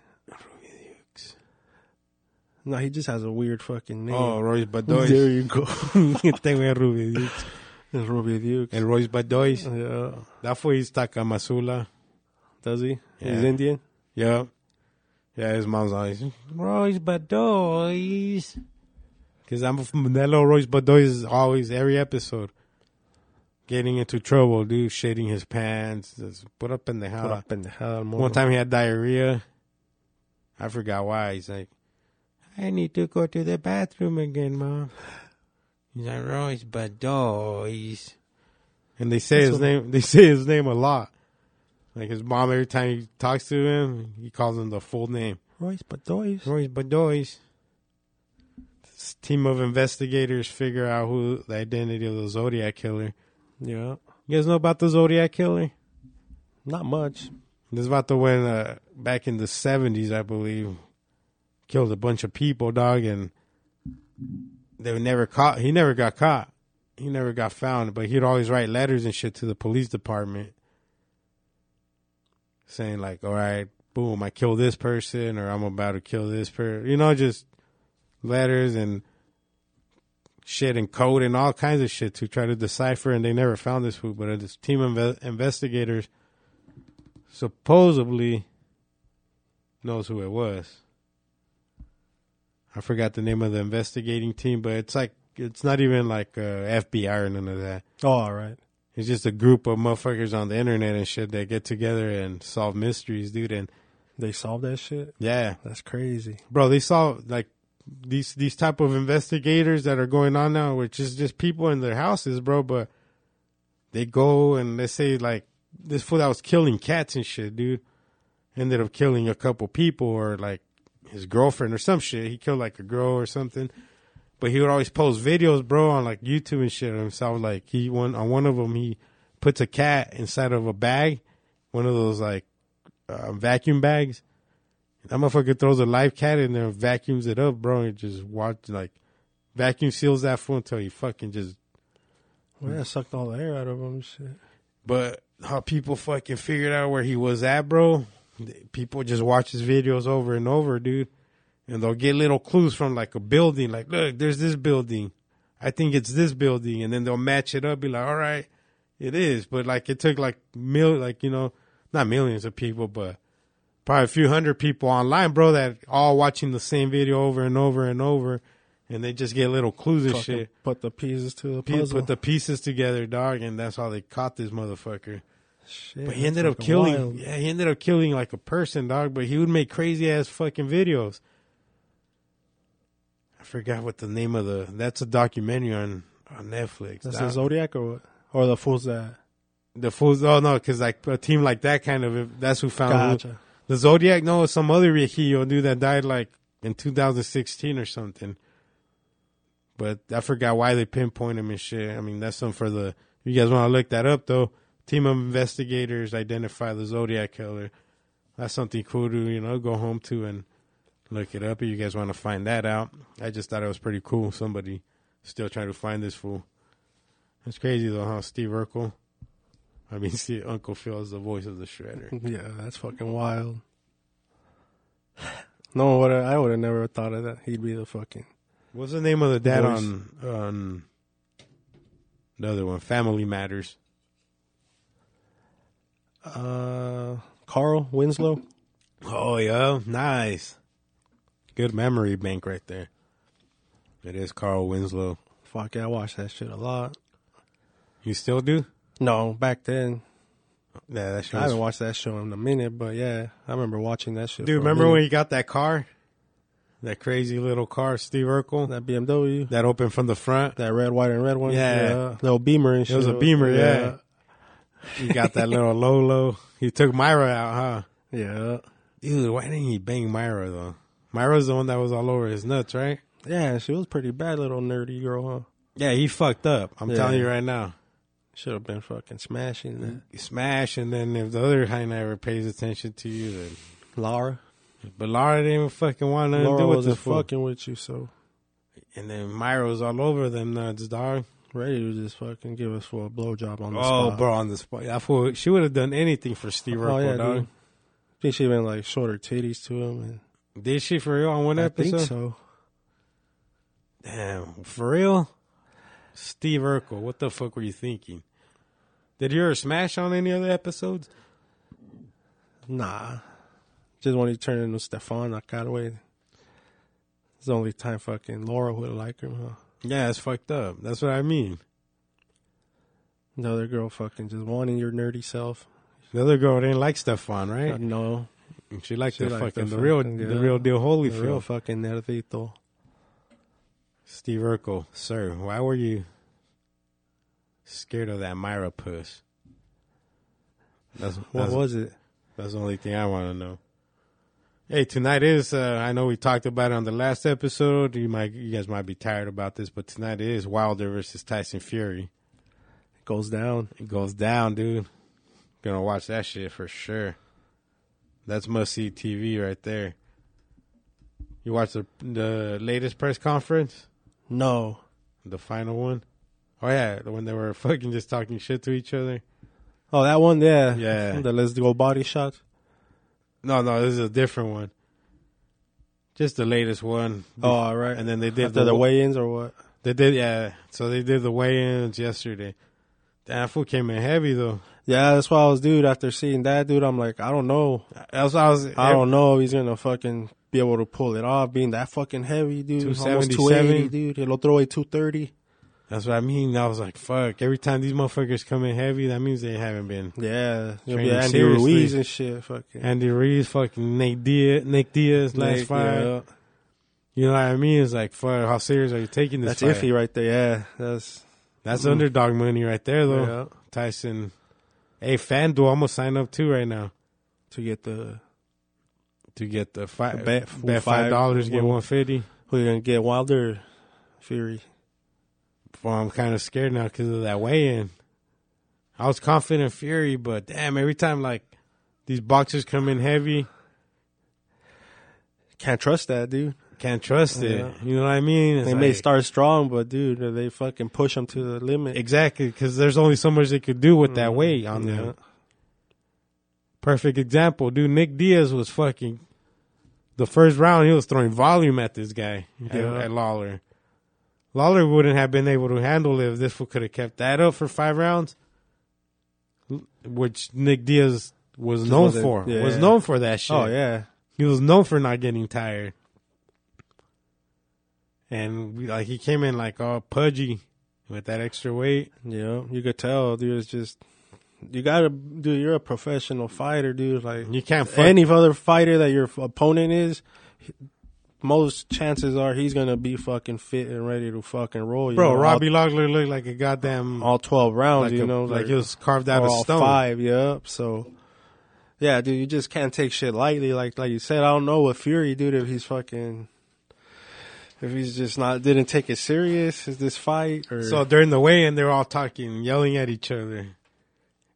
Speaker 2: No, he just has a weird fucking name.
Speaker 1: Oh, Royce
Speaker 2: there
Speaker 1: Badois.
Speaker 2: you go.
Speaker 1: este güey es Ruby Dukes.
Speaker 2: It's Ruby Dukes.
Speaker 1: El Royce Badois.
Speaker 2: yeah,
Speaker 1: That fool is Takamazula.
Speaker 2: does he? He's
Speaker 1: Yeah.
Speaker 2: Indian.
Speaker 1: Yeah. Yeah, his mom's always, Royce Badois. Because I'm from Manelo. Royce Badois is always, every episode, getting into trouble, dude, shitting his pants. Just put up in the house.
Speaker 2: Pura pendejada, morro.
Speaker 1: One time he had diarrhea. I forgot why. He's like, I need to go to the bathroom again, mom. He's like, Royce Badois. And they say
Speaker 2: That's
Speaker 1: his
Speaker 2: what-
Speaker 1: name. They say his name a lot. Like his mom, every time he talks to him, he calls him the full name.
Speaker 2: Royce Badois.
Speaker 1: Royce Badois. This team of investigators figure out who the identity of the Zodiac killer.
Speaker 2: Yeah,
Speaker 1: You guys know about the Zodiac killer?
Speaker 2: not much.
Speaker 1: This is about the when uh, back in the seventies, I believe, killed a bunch of people, dog, and they were never caught. He never got caught. He never got found, but he'd always write letters and shit to the police department, saying like, "All right, boom, I killed this person, or I'm about to kill this person." You know, just letters and shit and code and all kinds of shit to try to decipher, and they never found this food. But uh, this team inve- investigators supposedly knows who it was. I forgot the name of the investigating team, but it's like it's not even like uh, FBI or none of that.
Speaker 2: Oh, all right.
Speaker 1: It's just a group of motherfuckers on the internet and shit that get together and solve mysteries, dude. And
Speaker 2: They solved that shit.
Speaker 1: yeah,
Speaker 2: That's crazy.
Speaker 1: bro, they saw like these these type of investigators that are going on now, which is just people in their houses, bro. But they go and let's say like this fool that was killing cats and shit, dude, ended up killing a couple people or like his girlfriend or some shit. He killed like a girl or something. But he would always post videos, bro, on like YouTube and shit of himself. Like he one on one of them, he puts a cat inside of a bag, one of those like uh, vacuum bags. That motherfucker throws a live cat in there, and vacuums it up, bro, and just watch like vacuum seals that fool until he fucking just. Hmm.
Speaker 2: Well, that sucked all the air out of him. and Shit.
Speaker 1: But how people fucking figured out where he was at, bro? th- People just watch his videos over and over, dude, and they'll get little clues from like a building, like look, there's this building, I think it's this building, and then they'll match it up, be like, all right, it is. But like it took like mil, like you know, not millions of people, but probably a few hundred people online, bro, that all watching the same video over and over and over, and they just get little clues and
Speaker 2: Fucking
Speaker 1: shit.
Speaker 2: Put the pieces to the
Speaker 1: Pe-
Speaker 2: puzzle.
Speaker 1: put the pieces together, dog, and that's how they caught this motherfucker.
Speaker 2: Shit,
Speaker 1: But he
Speaker 2: that's
Speaker 1: ended up
Speaker 2: fucking
Speaker 1: killing.
Speaker 2: wild.
Speaker 1: Yeah, he ended up killing like a person, dog. But he would make crazy ass fucking videos. I forgot what the name of the. That's a documentary on on Netflix.
Speaker 2: That's
Speaker 1: dog.
Speaker 2: the Zodiac or what? Or the fools that
Speaker 1: the fools. Oh no, because like a team like that kind of. That's who found
Speaker 2: gotcha.
Speaker 1: the Zodiac. No, it's some other Riquillo dude that died like in 2016 or something. But I forgot why they pinpoint him and shit. I mean, that's something for the. You guys want to look that up though? Team of investigators identify the Zodiac killer. That's something cool to you know go home to and look it up. If you guys want to find that out, I just thought it was pretty cool. Somebody still trying to find this fool. It's crazy though, huh? Steve Urkel. I mean, see, Uncle Phil is the voice of the Shredder.
Speaker 2: Yeah, that's fucking wild. No, what I would have never thought of that. He'd be the fucking
Speaker 1: What's the name of the dad
Speaker 2: Voice.
Speaker 1: on on the other one? Family Matters.
Speaker 2: uh Carl Winslow.
Speaker 1: Oh yeah, nice. Good memory bank right there. It is Carl Winslow.
Speaker 2: Fuck yeah, I watched that shit a lot.
Speaker 1: You still do?
Speaker 2: No, back then
Speaker 1: Yeah, that shit
Speaker 2: I
Speaker 1: was-
Speaker 2: haven't watched that show in a minute, but yeah, I remember watching that shit.
Speaker 1: Oh, Dude,
Speaker 2: for a
Speaker 1: remember
Speaker 2: minute.
Speaker 1: when you got that car? That crazy little car, Steve Urkel, that,
Speaker 2: that BMW,
Speaker 1: opened from the front.
Speaker 2: that red, white, and red one?
Speaker 1: Yeah.
Speaker 2: little Beamer and shit.
Speaker 1: was a Beamer, yeah. You got that little Lolo. You took Myra out, huh?
Speaker 2: yeah, yeah,
Speaker 1: Dude, why didn't he bang Myra though? Myra's the one that was all over his nuts, right?
Speaker 2: Yeah, She was a pretty bad, little nerdy girl, huh?
Speaker 1: Yeah, he fucked up. I'm
Speaker 2: Yeah.
Speaker 1: telling you right now.
Speaker 2: Should have been fucking smashing that.
Speaker 1: you smash, and then if the other high ever pays attention to you, then.
Speaker 2: Laura,
Speaker 1: But Laura didn't even fucking want nothing to
Speaker 2: Laura
Speaker 1: do with
Speaker 2: wasn't
Speaker 1: this fuck.
Speaker 2: fucking with you, so
Speaker 1: And then Myra was all over them nuts, dog.
Speaker 2: ready to just fucking give us for a blowjob on the
Speaker 1: Oh,
Speaker 2: spot.
Speaker 1: bro, on the spot. I thought she would have done anything for Steve
Speaker 2: Oh
Speaker 1: Urkel,
Speaker 2: yeah,
Speaker 1: dog.
Speaker 2: dude. Think she even like shorter titties to him, and
Speaker 1: Did she for real on one
Speaker 2: I
Speaker 1: episode?
Speaker 2: think so.
Speaker 1: Damn, for real? Steve Urkel, what the fuck were you thinking? Did you ever smash on any other episodes?
Speaker 2: Nah, just when he turned into Stefan Nakataway. It's the only time fucking Laura would have liked him, huh?
Speaker 1: Yeah, it's fucked up. That's what I mean.
Speaker 2: The other girl fucking just wanting your nerdy self.
Speaker 1: The other girl didn't like Stefan, right?
Speaker 2: No,
Speaker 1: She liked
Speaker 2: She
Speaker 1: the
Speaker 2: liked
Speaker 1: fucking
Speaker 2: the
Speaker 1: the real
Speaker 2: fucking
Speaker 1: the
Speaker 2: girl.
Speaker 1: real deal
Speaker 2: the
Speaker 1: Holyfield.
Speaker 2: real fucking nerdito.
Speaker 1: Steve Urkel, sir, why were you scared of that Myra puss? That's,
Speaker 2: What
Speaker 1: that's,
Speaker 2: was it?
Speaker 1: that's the only thing I want to know. Hey, tonight is, uh, I know we talked about it on the last episode. You might, you guys might be tired about this, but tonight is Wilder versus Tyson Fury.
Speaker 2: It goes down.
Speaker 1: It goes down, dude. Gonna watch that shit for sure. That's must see TV right there. You watch the, the latest press conference?
Speaker 2: No,
Speaker 1: The final one? Oh yeah, the one they were fucking just talking shit to each other.
Speaker 2: Oh, that one, yeah,
Speaker 1: Yeah.
Speaker 2: The let's go body shot.
Speaker 1: No, no, this is a different one. Just the latest one.
Speaker 2: Oh, all right.
Speaker 1: And then they did
Speaker 2: After the, weigh-ins or what?
Speaker 1: They did yeah. So they did the weigh-ins yesterday. That fool came in heavy though.
Speaker 2: Yeah, that's why I was, dude. After seeing that, dude, I'm like, I don't know,
Speaker 1: That's what I was.
Speaker 2: I don't know if he's gonna fucking be able to pull it off, being that fucking heavy, dude. Almost
Speaker 1: 277.
Speaker 2: 280, dude. He'll throw it 230.
Speaker 1: That's what I mean. I was like, fuck. Every time these motherfuckers come in heavy, that means they haven't been.
Speaker 2: Yeah, you'll
Speaker 1: Training
Speaker 2: be Andy
Speaker 1: seriously.
Speaker 2: Ruiz and shit, fucking.
Speaker 1: Andy Reid, fucking Nate Diaz, Nick Diaz last
Speaker 2: Nick,
Speaker 1: fight.
Speaker 2: yeah.
Speaker 1: You know what I mean? It's like, fuck. How serious are you taking this?
Speaker 2: That's
Speaker 1: fight?
Speaker 2: iffy right there. Yeah, that's
Speaker 1: That's underdog money right there, though.
Speaker 2: yeah.
Speaker 1: Tyson. Hey, FanDuel, I'm gonna sign up too right now
Speaker 2: to get the
Speaker 1: to get the five. Bet,
Speaker 2: Bet-
Speaker 1: five dollars, get
Speaker 2: Well-
Speaker 1: one fifty.
Speaker 2: who you gonna get Wilder, Fury.
Speaker 1: Well, I'm kind of scared now because of that weigh-in. I was confident in Fury, but damn, every time like these boxers come in heavy,
Speaker 2: Can't trust that, dude.
Speaker 1: can't trust it.
Speaker 2: Yeah.
Speaker 1: You know what I mean? It's
Speaker 2: They may
Speaker 1: like-
Speaker 2: start strong, but dude, they fucking push him to the limit.
Speaker 1: exactly because there's only so much they could do with that weight on
Speaker 2: Mm-hmm. Yeah.
Speaker 1: them. Perfect example, dude. Nick Diaz was fucking the first round. He was throwing volume at this guy at-
Speaker 2: Yeah.
Speaker 1: at, Lawler. Lawler wouldn't have been able to handle it if this fool could have kept that up for five rounds, which Nick Diaz was known
Speaker 2: wasn't-
Speaker 1: for.
Speaker 2: yeah.
Speaker 1: Was known for that shit.
Speaker 2: Oh yeah,
Speaker 1: He was known for not getting tired. And we, like he came in like all pudgy with that extra weight.
Speaker 2: yeah. You could tell, dude. It's just You gotta, dude. You're a professional fighter, dude. Like
Speaker 1: You can't fuck.
Speaker 2: any other fighter that your opponent is, he- most chances are he's gonna be fucking fit and ready to fucking roll. You
Speaker 1: bro,
Speaker 2: know, all-
Speaker 1: Robbie Logler looked like a goddamn
Speaker 2: all, twelve
Speaker 1: like
Speaker 2: rounds. you
Speaker 1: a-
Speaker 2: know,
Speaker 1: like he was carved out
Speaker 2: or
Speaker 1: of
Speaker 2: all
Speaker 1: stone.
Speaker 2: five. Yep. So, yeah, dude, you just can't take shit lightly. Like like you said, I don't know what Fury, dude, if he's fucking. If he's just not didn't take it serious, is this fight or
Speaker 1: So during the weigh-in, they were all talking, yelling at each other,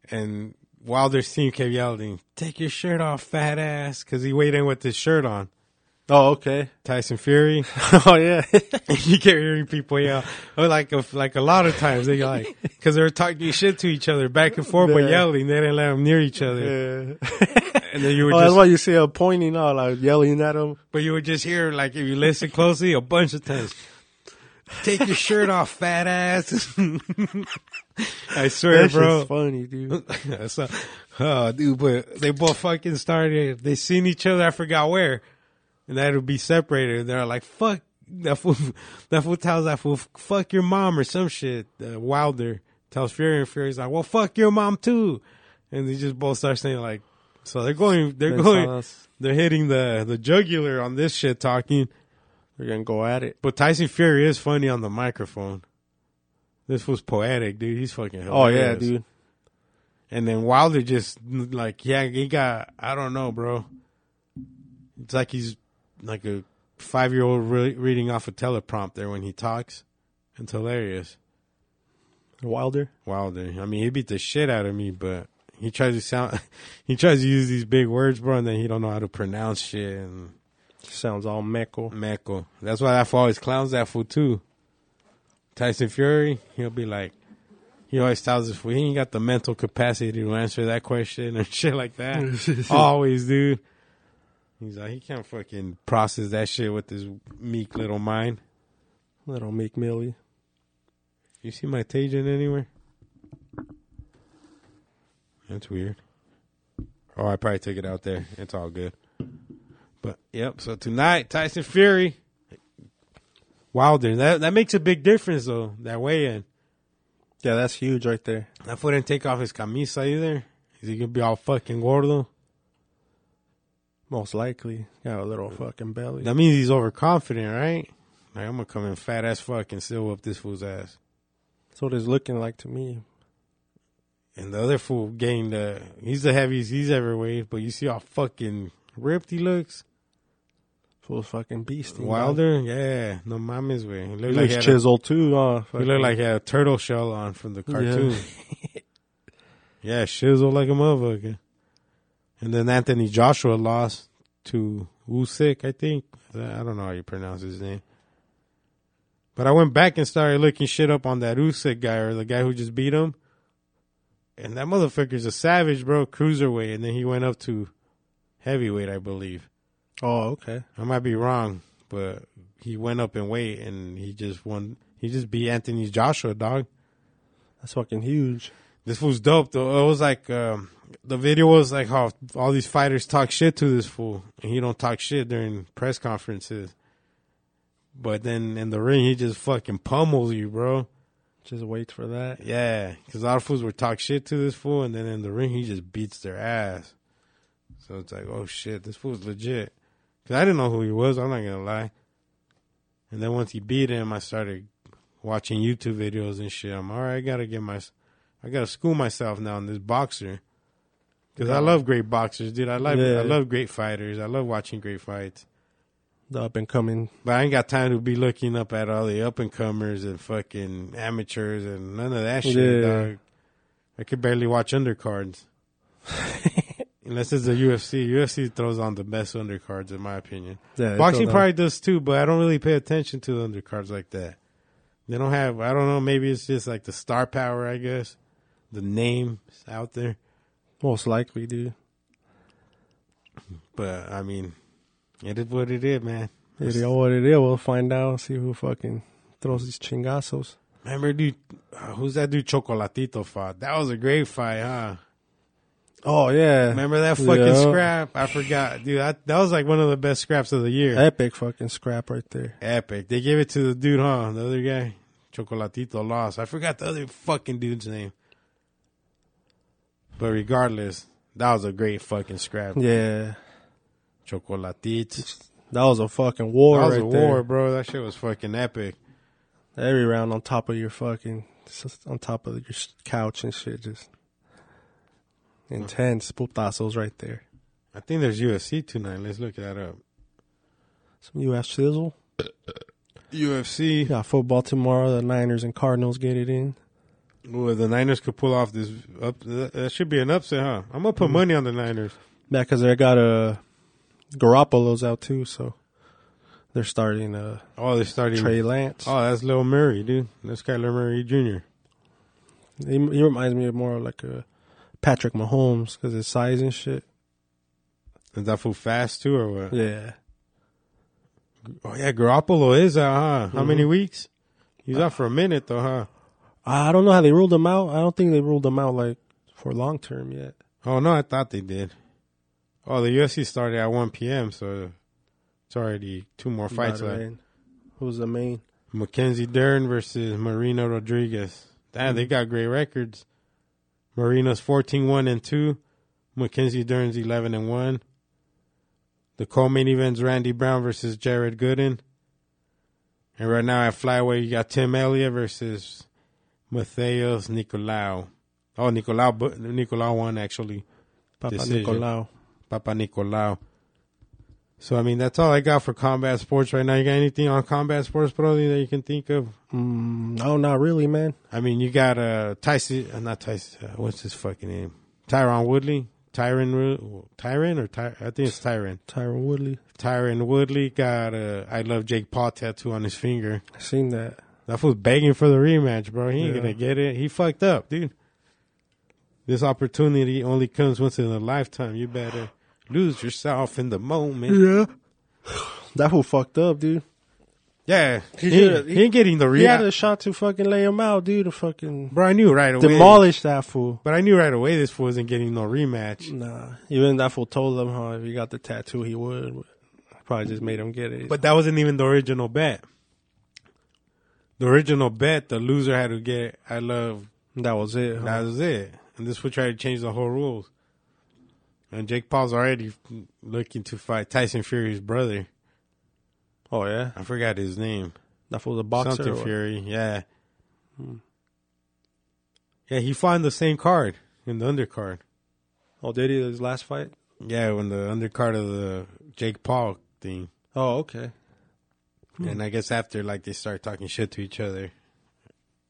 Speaker 1: and Wilder's team kept yelling, "Take your shirt off, fat ass," because he weighed in with his shirt on.
Speaker 2: oh okay
Speaker 1: Tyson Fury,
Speaker 2: oh yeah
Speaker 1: you kept hearing people yell, or like a, like a lot of times they like because they were talking shit to each other back and forth,
Speaker 2: Yeah.
Speaker 1: but yelling. They didn't let them near each other,
Speaker 2: yeah.
Speaker 1: and then you would
Speaker 2: Oh, that's
Speaker 1: just,
Speaker 2: why you see her pointing out, like yelling at him.
Speaker 1: but you would just hear like if you listen closely, a bunch of times. Take your shirt off, fat ass. I swear,
Speaker 2: That
Speaker 1: bro.
Speaker 2: shit's funny, dude.
Speaker 1: so, oh, dude, but they both fucking started. They seen each other. I forgot where, and that would be separated. And they're like, "Fuck that fool!" That fool tells that fool, "Fuck your mom" or some shit. Uh, Wilder tells Fury, and Fury's like, "Well, fuck your mom too," and they just both start saying like, "So they're going, they're
Speaker 2: They saw
Speaker 1: going,
Speaker 2: us.
Speaker 1: they're hitting the the jugular on this shit talking."
Speaker 2: We're gonna go at it.
Speaker 1: But Tyson Fury is funny on the microphone. This was poetic, dude. He's fucking.
Speaker 2: Oh yeah,
Speaker 1: hilarious.
Speaker 2: dude.
Speaker 1: And then Wilder just like yeah, he got I don't know, bro. It's like he's like a five year old re- reading off a teleprompter when he talks. It's hilarious,
Speaker 2: Wilder.
Speaker 1: Wilder. I mean, he beat the shit out of me, but he tries to sound, he tries to use these big words, bro, and then he don't know how to pronounce shit and
Speaker 2: Sounds all meckle.
Speaker 1: meco. That's why that fool always clowns that fool too. Tyson Fury, he'll be like, he always tells us, "We ain't got the mental capacity to answer that question or shit like that." always, dude. He's like, he can't fucking process that shit with his meek little mind.
Speaker 2: Little Meek Millie.
Speaker 1: You see my Tajin anywhere? That's weird. Oh, I probably took it out there. It's all good. But yep. So tonight, Tyson Fury, Wilder. That that makes a big difference though. That weigh in.
Speaker 2: Yeah, that's huge right there.
Speaker 1: That fool didn't take off his camisa either. Is he gonna be all fucking gordo?
Speaker 2: Most likely, got a little fucking belly.
Speaker 1: That means he's overconfident, right? Like I'm gonna come in fat as fuck and still whoop this fool's ass.
Speaker 2: That's what it's looking like to me.
Speaker 1: And the other fool gained uh he's the heaviest he's ever weighed, but you see how fucking ripped he looks.
Speaker 2: Full fucking beastie. man.
Speaker 1: Wilder, yeah, no mames, way. He
Speaker 2: He
Speaker 1: looked like
Speaker 2: looks
Speaker 1: he, had a,
Speaker 2: chiseled too. Huh?
Speaker 1: he looked like he had a turtle shell on from the cartoon. Yeah, chiseled like a motherfucker. And then Anthony Joshua lost to Usyk, I think. I don't know how you pronounce his name. But I went back and started looking shit up on that Usyk guy or the guy who just beat him. And that motherfucker's a savage, bro, cruiserweight. And then he went up to heavyweight, I believe.
Speaker 2: Oh, okay.
Speaker 1: I might be wrong, but he went up in weight and he just won. He just beat Anthony Joshua, dog.
Speaker 2: That's fucking huge.
Speaker 1: This fool's dope, though. It was like um, the video was like how all these fighters talk shit to this fool, and he don't talk shit during press conferences. But then in the ring, he just fucking pummels you, bro.
Speaker 2: Just wait for that.
Speaker 1: Yeah, because a lot of fools were talk shit to this fool, and then in the ring, he just beats their ass. So it's like, oh shit, this fool's legit. Because I didn't know who he was, I'm not going to lie. And then once he beat him, I started watching YouTube videos and shit. I'm all right, I got to get my, I got to school myself now in this boxer. Because I love great boxers, dude. I love,
Speaker 2: Yeah.
Speaker 1: I love great fighters. I love watching great fights.
Speaker 2: The up and coming.
Speaker 1: But I ain't got time to be looking up at all the up and comers and fucking amateurs and none of that shit,
Speaker 2: Yeah.
Speaker 1: dog. I could barely watch undercards. Unless it's the UFC. UFC throws on the best undercards, in my opinion.
Speaker 2: Yeah, it's
Speaker 1: Boxing
Speaker 2: all-
Speaker 1: probably does too, but I don't really pay attention to the undercards like that. They don't have, I don't know, maybe it's just like the star power, I guess. The names out there.
Speaker 2: most likely, dude.
Speaker 1: But, I mean, it is what it is, man.
Speaker 2: It is what it is. We'll find out. See who fucking throws these chingazos.
Speaker 1: Remember, dude, uh, who's that dude Chocolatito fought? That was a great fight, huh?
Speaker 2: Oh yeah.
Speaker 1: Remember that fucking
Speaker 2: Yeah.
Speaker 1: scrap? I forgot, dude. I, that was like one of the best scraps of the year.
Speaker 2: Epic fucking scrap right there.
Speaker 1: Epic. They gave it to the dude, huh? The other guy, Chocolatito, lost. I forgot the other fucking dude's name. But regardless, that was a great fucking scrap.
Speaker 2: Yeah,
Speaker 1: Chocolatitos.
Speaker 2: that was a fucking war.
Speaker 1: That was
Speaker 2: right
Speaker 1: a
Speaker 2: there.
Speaker 1: war, bro. That shit was fucking epic.
Speaker 2: Every round on top of your fucking, just on top of your s- couch and shit, just intense. Putazos right there.
Speaker 1: I think there's UFC tonight. Let's look that up.
Speaker 2: Some U.S. sizzle.
Speaker 1: UFC.
Speaker 2: Yeah, football tomorrow. The Niners and Cardinals get it in.
Speaker 1: Well, the Niners could pull off this up. That should be an upset, huh? I'm gonna put money on the Niners.
Speaker 2: Yeah, because they got uh, Garoppolo's out too, so they're starting uh,
Speaker 1: Oh, they're starting.
Speaker 2: Trey Lance.
Speaker 1: Oh, that's Lil Murray, dude. That's Kyler Murray Jr.
Speaker 2: He, he reminds me of more of like a Patrick Mahomes because his size and shit.
Speaker 1: Is that fool fast too, or what?
Speaker 2: Yeah,
Speaker 1: Oh yeah, Garoppolo is out, huh? How many weeks? He's out for a minute though, huh?
Speaker 2: I don't know how they ruled him out. I don't think they ruled him out like for long term yet.
Speaker 1: Oh no, I thought they did. Oh, the UFC started at 1 p.m., so it's already two more fights
Speaker 2: By the
Speaker 1: left.
Speaker 2: way, Who's the main?
Speaker 1: Mackenzie Dern versus Marino Rodriguez. Damn, they got great records. Marino's 14-1 and 2. Mackenzie Dern's 11 and 1. The co-main event's Randy Brown versus Jared Gooden. And right now at flyweight, you got Tim Elliott versus Mateos Nicolau. Oh, Nicolau, bu- Nicolau won actually.
Speaker 2: Papa
Speaker 1: Decision.
Speaker 2: Nicolau.
Speaker 1: Papa Nicolau. So I mean, that's all I got for combat sports right now. You got anything on combat sports, Brody, that you can think of?
Speaker 2: Mm, oh, not really, man.
Speaker 1: I mean, you got uh Tyson, uh, not Tyson. Uh, what's his fucking name? Tyron Woodley, Tyron, Ru- Tyron, or Ty- I think it's Tyron.
Speaker 2: Tyron Woodley.
Speaker 1: Tyron Woodley got a I love Jake Paul tattoo on his finger.
Speaker 2: I seen that.
Speaker 1: That fool's begging for the rematch, bro. He ain't
Speaker 2: Yeah.
Speaker 1: gonna get it. He fucked up, dude. This opportunity only comes once in a lifetime. You better lose yourself in the moment.
Speaker 2: Yeah. That who fucked up, dude.
Speaker 1: Yeah, he, he,
Speaker 2: He did-
Speaker 1: ain't getting the
Speaker 2: He had
Speaker 1: reaction.
Speaker 2: a shot to fucking lay him out, dude. To fucking
Speaker 1: Bro, I knew right away.
Speaker 2: demolish that fool.
Speaker 1: But I knew right away this fool wasn't getting no rematch.
Speaker 2: Nah, even that fool told him how if he got the tattoo, he would. Probably just made him get it.
Speaker 1: But that wasn't even the original bet. The original bet, the loser had to get I love.
Speaker 2: that was it. huh?
Speaker 1: That was it. And this would try to change the whole rules. And Jake Paul's already looking to fight Tyson Fury's brother.
Speaker 2: oh yeah,
Speaker 1: I forgot his name.
Speaker 2: that fool's a boxer. or
Speaker 1: Something
Speaker 2: what? Hmm.
Speaker 1: Fury, yeah. Yeah, he fought in the same card, in the undercard.
Speaker 2: Oh, did he his last fight?
Speaker 1: Yeah, when the undercard of the Jake Paul thing,
Speaker 2: Oh, okay.
Speaker 1: and I guess after like they start talking shit to each other,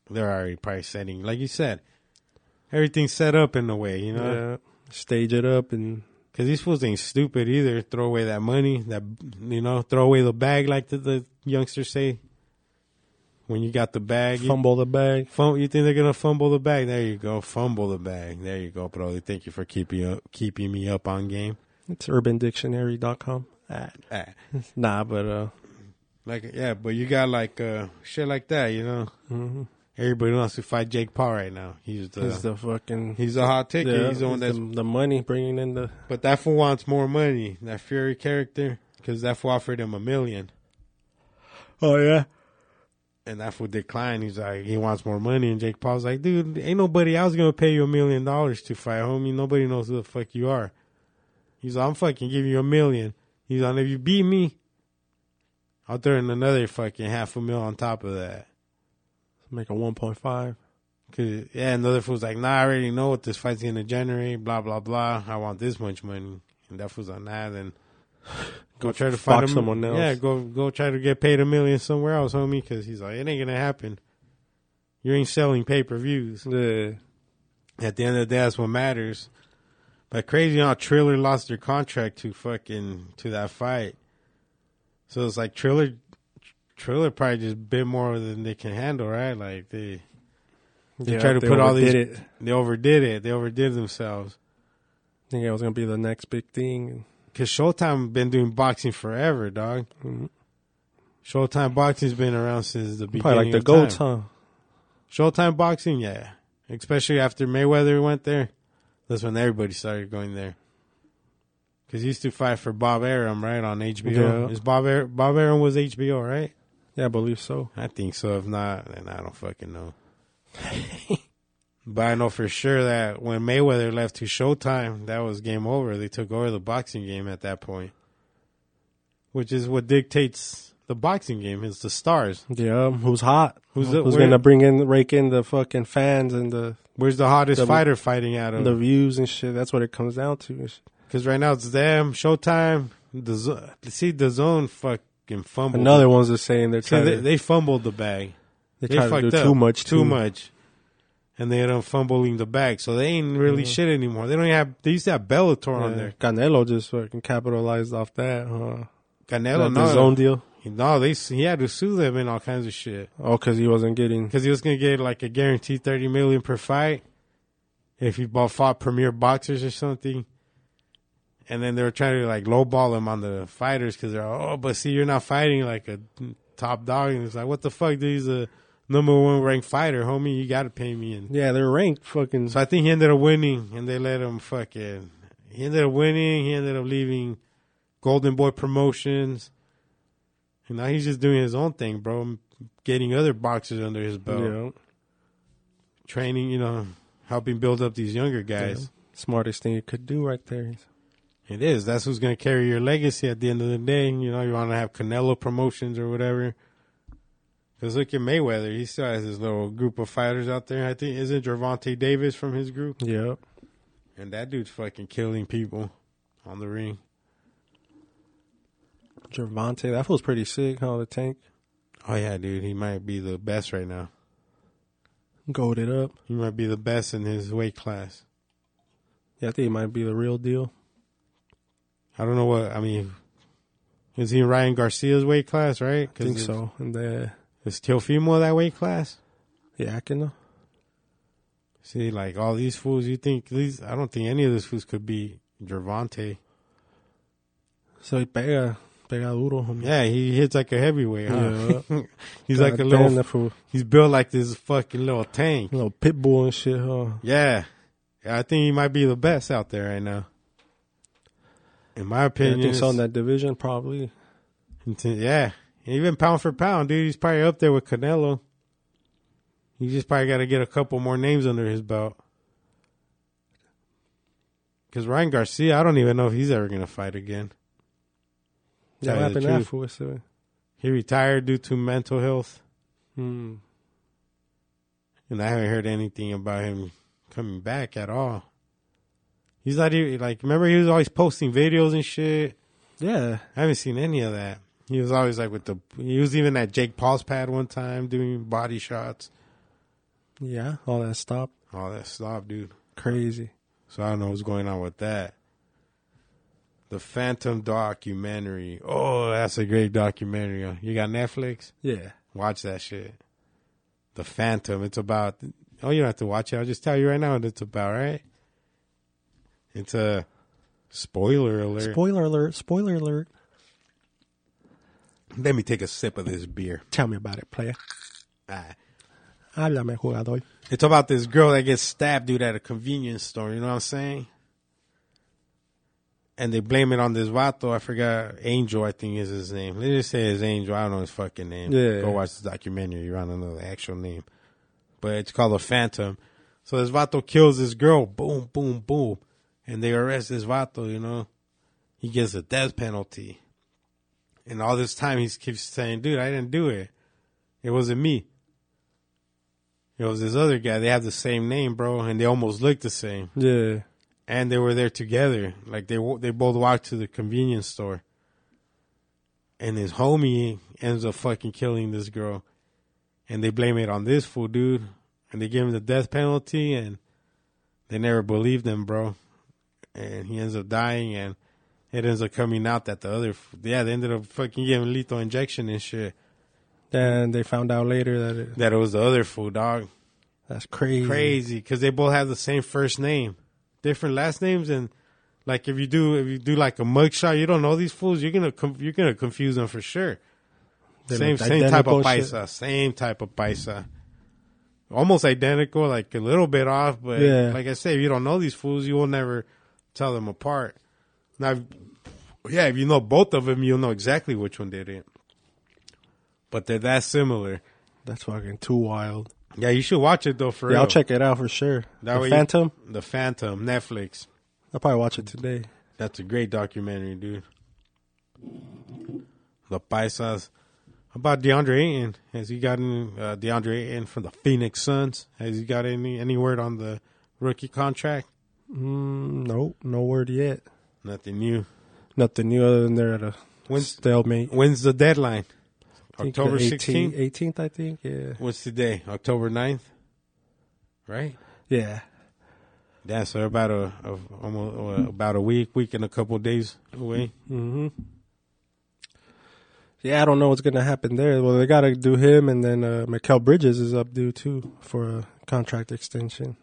Speaker 1: they're already probably setting, like you said, everything's set up in a way, you know.
Speaker 2: Yeah. Stage it up and
Speaker 1: Because these fools ain't stupid either. Throw away that money, that you know, throw away the bag, like the, the youngsters say. When you got the bag, you,
Speaker 2: fumble the bag.
Speaker 1: fum- you think they're gonna fumble the bag? There you go, fumble the bag. There you go, Brody. Thank you for keeping up, keeping me up on game.
Speaker 2: It's urbandictionary.com. Ah,
Speaker 1: Ah.
Speaker 2: nah, but uh,
Speaker 1: Like yeah, but you got like uh shit like that, you know.
Speaker 2: mhm.
Speaker 1: Everybody wants to fight Jake Paul right now. He's the
Speaker 2: it's
Speaker 1: Mm-hmm. he's,
Speaker 2: the fucking.
Speaker 1: a hot ticket.
Speaker 2: yeah,
Speaker 1: he's the one
Speaker 2: it's
Speaker 1: that's
Speaker 2: the, the money bringing in the.
Speaker 1: but that fool wants more money. That Fury character because that fool offered him a million
Speaker 2: Oh yeah.
Speaker 1: and that fool declined. He's like he wants more money and Jake Paul's like, dude, ain't nobody else gonna pay you a million dollars to fight, homie. Nobody knows who the fuck you are. He's like, I'm fucking giving you a million. He's like, if you beat me, I'll throw in another fucking half a mil on top of that.
Speaker 2: Make a one point five.
Speaker 1: Cause yeah, another fool's like, nah, I already know what this fight's gonna generate. Blah blah blah. I want this much money, and that fool's on that. Then go try to
Speaker 2: fuck
Speaker 1: find
Speaker 2: someone else.
Speaker 1: Yeah, go go try to get paid a million somewhere else, homie. Because he's like, it ain't gonna happen. You ain't selling pay per views.
Speaker 2: Yeah.
Speaker 1: At the end of the day, that's what matters. But crazy how Triller lost their contract to fucking to that fight. So it's like Triller, Triller probably just bit more than they can handle, right? Like they.
Speaker 2: They
Speaker 1: try to put all these-
Speaker 2: overdid It.
Speaker 1: They overdid it. They overdid themselves.
Speaker 2: Think it was gonna be the next big thing.
Speaker 1: Cause Showtime been doing boxing forever, dog.
Speaker 2: Mhm.
Speaker 1: Showtime boxing's been around since the beginning.
Speaker 2: Probably like the
Speaker 1: of
Speaker 2: goats,
Speaker 1: time.
Speaker 2: huh?
Speaker 1: Showtime boxing, yeah. Especially after Mayweather went there, that's when everybody started going there. Cause he used to fight for Bob Arum, right, on HBO.
Speaker 2: Yeah.
Speaker 1: Is Bob Ar- Bob Arum was HBO, right?
Speaker 2: Yeah, I believe so.
Speaker 1: I think so. If not, then I don't fucking know. But I know for sure that when Mayweather left to Showtime, that was game over. They took over the boxing game at that point, which is what dictates the boxing game is the stars.
Speaker 2: Yeah, um, who's hot?
Speaker 1: Who's
Speaker 2: Who's,
Speaker 1: the- where-
Speaker 2: going to bring in, rake in the fucking fans and the
Speaker 1: Where's the hottest
Speaker 2: The-
Speaker 1: fighter fighting out
Speaker 2: the
Speaker 1: of?
Speaker 2: views and shit? That's what it comes down to. and shit.
Speaker 1: Because right now it's them, Showtime. The zo- see the zone fucking fumbled.
Speaker 2: Another one's just saying they're
Speaker 1: So
Speaker 2: trying
Speaker 1: they,
Speaker 2: to,
Speaker 1: they fumbled the bag.
Speaker 2: they,
Speaker 1: They
Speaker 2: try
Speaker 1: fucked
Speaker 2: to do
Speaker 1: up
Speaker 2: too much.
Speaker 1: too, much, and they end up fumbling the bag. So they ain't really shit anymore. They don't even have. They used to have Bellator on
Speaker 2: Yeah.
Speaker 1: there.
Speaker 2: Canelo just fucking capitalized off that, huh?
Speaker 1: Canelo,
Speaker 2: That
Speaker 1: no,
Speaker 2: his own deal.
Speaker 1: no, they he had to sue them and all kinds of shit
Speaker 2: Oh, because he wasn't getting.
Speaker 1: because he was gonna get like a guaranteed thirty million per fight if he bought fought premier boxers or something. And then they were trying to like lowball him on the fighters because they're all, oh, but see, you're not fighting like a top dog, and it's like, what the fuck? dude? He's a number one ranked fighter, homie. You got to pay me. And
Speaker 2: Yeah, they're ranked fucking.
Speaker 1: So I think he ended up winning, and they let him fucking. He ended up winning. He ended up leaving Golden Boy Promotions, and now he's just doing his own thing, bro. Getting other boxers under his
Speaker 2: you
Speaker 1: belt,
Speaker 2: know,
Speaker 1: training, you know, helping build up these younger guys.
Speaker 2: smartest thing you could do right there.
Speaker 1: It is. That's who's going to carry your legacy at the end of the day. You know, you want to have Canelo Promotions or whatever. Because look at Mayweather. He still has his little group of fighters out there. I think isn't Gervonta Davis from his group.
Speaker 2: Yeah,
Speaker 1: And that dude's fucking killing people on the ring.
Speaker 2: Gervonta, that feels pretty sick. How the tank
Speaker 1: Oh yeah, dude, he might be the best right now.
Speaker 2: goaded up.
Speaker 1: He might be the best in his weight class.
Speaker 2: Yeah, I think it might be the real deal.
Speaker 1: I don't know what I mean. Is he in Ryan Garcia's weight class, right?
Speaker 2: I think so. And the
Speaker 1: Is Teofimo that weight class?
Speaker 2: yeah, I can know.
Speaker 1: See, like all these fools, you think these? I don't think any of these fools could be Gervonta.
Speaker 2: So he pega, pega duro. homie.
Speaker 1: Yeah, he hits like a heavyweight. Huh? he's
Speaker 2: God
Speaker 1: like a
Speaker 2: damn,
Speaker 1: little.
Speaker 2: that fool,
Speaker 1: He's built like this fucking little tank.
Speaker 2: little pit bull and shit. Huh?
Speaker 1: Yeah. I think he might be the best out there right now. In my
Speaker 2: Yeah, I
Speaker 1: opinion.
Speaker 2: think so in
Speaker 1: it's-
Speaker 2: that division probably.
Speaker 1: it's- yeah. Even pound for pound, dude, he's probably up there with Canelo. He just probably got to get a couple more names under his belt. Because Ryan Garcia, I don't even know if he's ever going to fight again.
Speaker 2: Yeah,
Speaker 1: Tell
Speaker 2: what
Speaker 1: you the
Speaker 2: happened to that
Speaker 1: truth.
Speaker 2: fool? So,
Speaker 1: He retired due to mental health,
Speaker 2: hmm.
Speaker 1: and I haven't heard anything about him coming back at all. He's not even like, remember, he was always posting videos and shit.
Speaker 2: Yeah,
Speaker 1: I haven't seen any of that. He was always like with the. He was even at Jake Paul's pad one time doing body shots,
Speaker 2: yeah, all that stop.
Speaker 1: all that stuff, dude.
Speaker 2: Crazy.
Speaker 1: So I don't know what's going on with that. The Phantom documentary. Oh, that's a great documentary. You got Netflix?
Speaker 2: Yeah.
Speaker 1: Watch that shit. The Phantom. It's about. Oh, you don't have to watch it. I'll just tell you right now what it's about, right? It's a spoiler alert.
Speaker 2: Spoiler alert! Spoiler alert!
Speaker 1: Let me take a sip of this beer.
Speaker 2: Tell me about it, player.
Speaker 1: Ah.
Speaker 2: Háblame, jugador.
Speaker 1: It's about this girl that gets stabbed, dude, at a convenience store. You know what I'm saying? And they blame it on this vato. I forgot. Angel, I think is his name. Let's just say it's Angel. I don't know his fucking name.
Speaker 2: Yeah.
Speaker 1: Go watch the documentary. You don't know the actual name. But it's called The Phantom. So this vato kills this girl. Boom, boom, boom. And they arrest this vato, you know? He gets a death penalty. And all this time he keeps saying, dude, I didn't do it. It wasn't me. It was this other guy. They have the same name, bro, and they almost look the same.
Speaker 2: Yeah.
Speaker 1: And they were there together. Like they wa- they both walked to the convenience store. And his homie ends up fucking killing this girl. And they blame it on this fool, dude. And they give him the death penalty and they never believed him, bro. And he ends up dying and it ends up coming out that the other f- yeah, they ended up fucking giving lethal injection and shit.
Speaker 2: Then they found out later that it,
Speaker 1: That it was the other fool, dog.
Speaker 2: that's crazy.
Speaker 1: crazy because they both have the same first name, different last names, and like if you do if you do like a mugshot, you don't know these fools. You're gonna com- you're gonna confuse them for sure.
Speaker 2: They
Speaker 1: same
Speaker 2: looked
Speaker 1: same type of
Speaker 2: identical shit.
Speaker 1: paisa, same type of paisa, almost identical, like a little bit off, but
Speaker 2: Yeah.
Speaker 1: like I say, if you don't know these fools, you will never tell them apart. Now, if- yeah, if you know both of them, you'll know exactly which one did it. But they're that similar.
Speaker 2: That's fucking too wild.
Speaker 1: Yeah, you should watch it though. For
Speaker 2: Yeah,
Speaker 1: real.
Speaker 2: I'll check it out for sure.
Speaker 1: That
Speaker 2: The
Speaker 1: way you-
Speaker 2: Phantom.
Speaker 1: the Phantom Netflix.
Speaker 2: I'll probably watch it today.
Speaker 1: That's a great documentary, dude. The Paisas. How about DeAndre Ayton? Has he gotten uh, DeAndre Ayton from the Phoenix Suns? Has he got any any word on the rookie contract?
Speaker 2: Mm, nope, no word yet.
Speaker 1: Nothing new.
Speaker 2: Nothing new other than they're at a
Speaker 1: When's
Speaker 2: stalemate.
Speaker 1: when's the deadline?
Speaker 2: I think
Speaker 1: October
Speaker 2: the 18th
Speaker 1: 16th.
Speaker 2: 18th, I think. Yeah,
Speaker 1: What's today? October 9th? Right.
Speaker 2: yeah.
Speaker 1: That's so about a, a almost, uh, about a week, week and a couple days away.
Speaker 2: hmm Yeah, I don't know what's gonna happen there. Well, they gotta do him, and then uh, Mikel Bridges is up due too for a contract extension.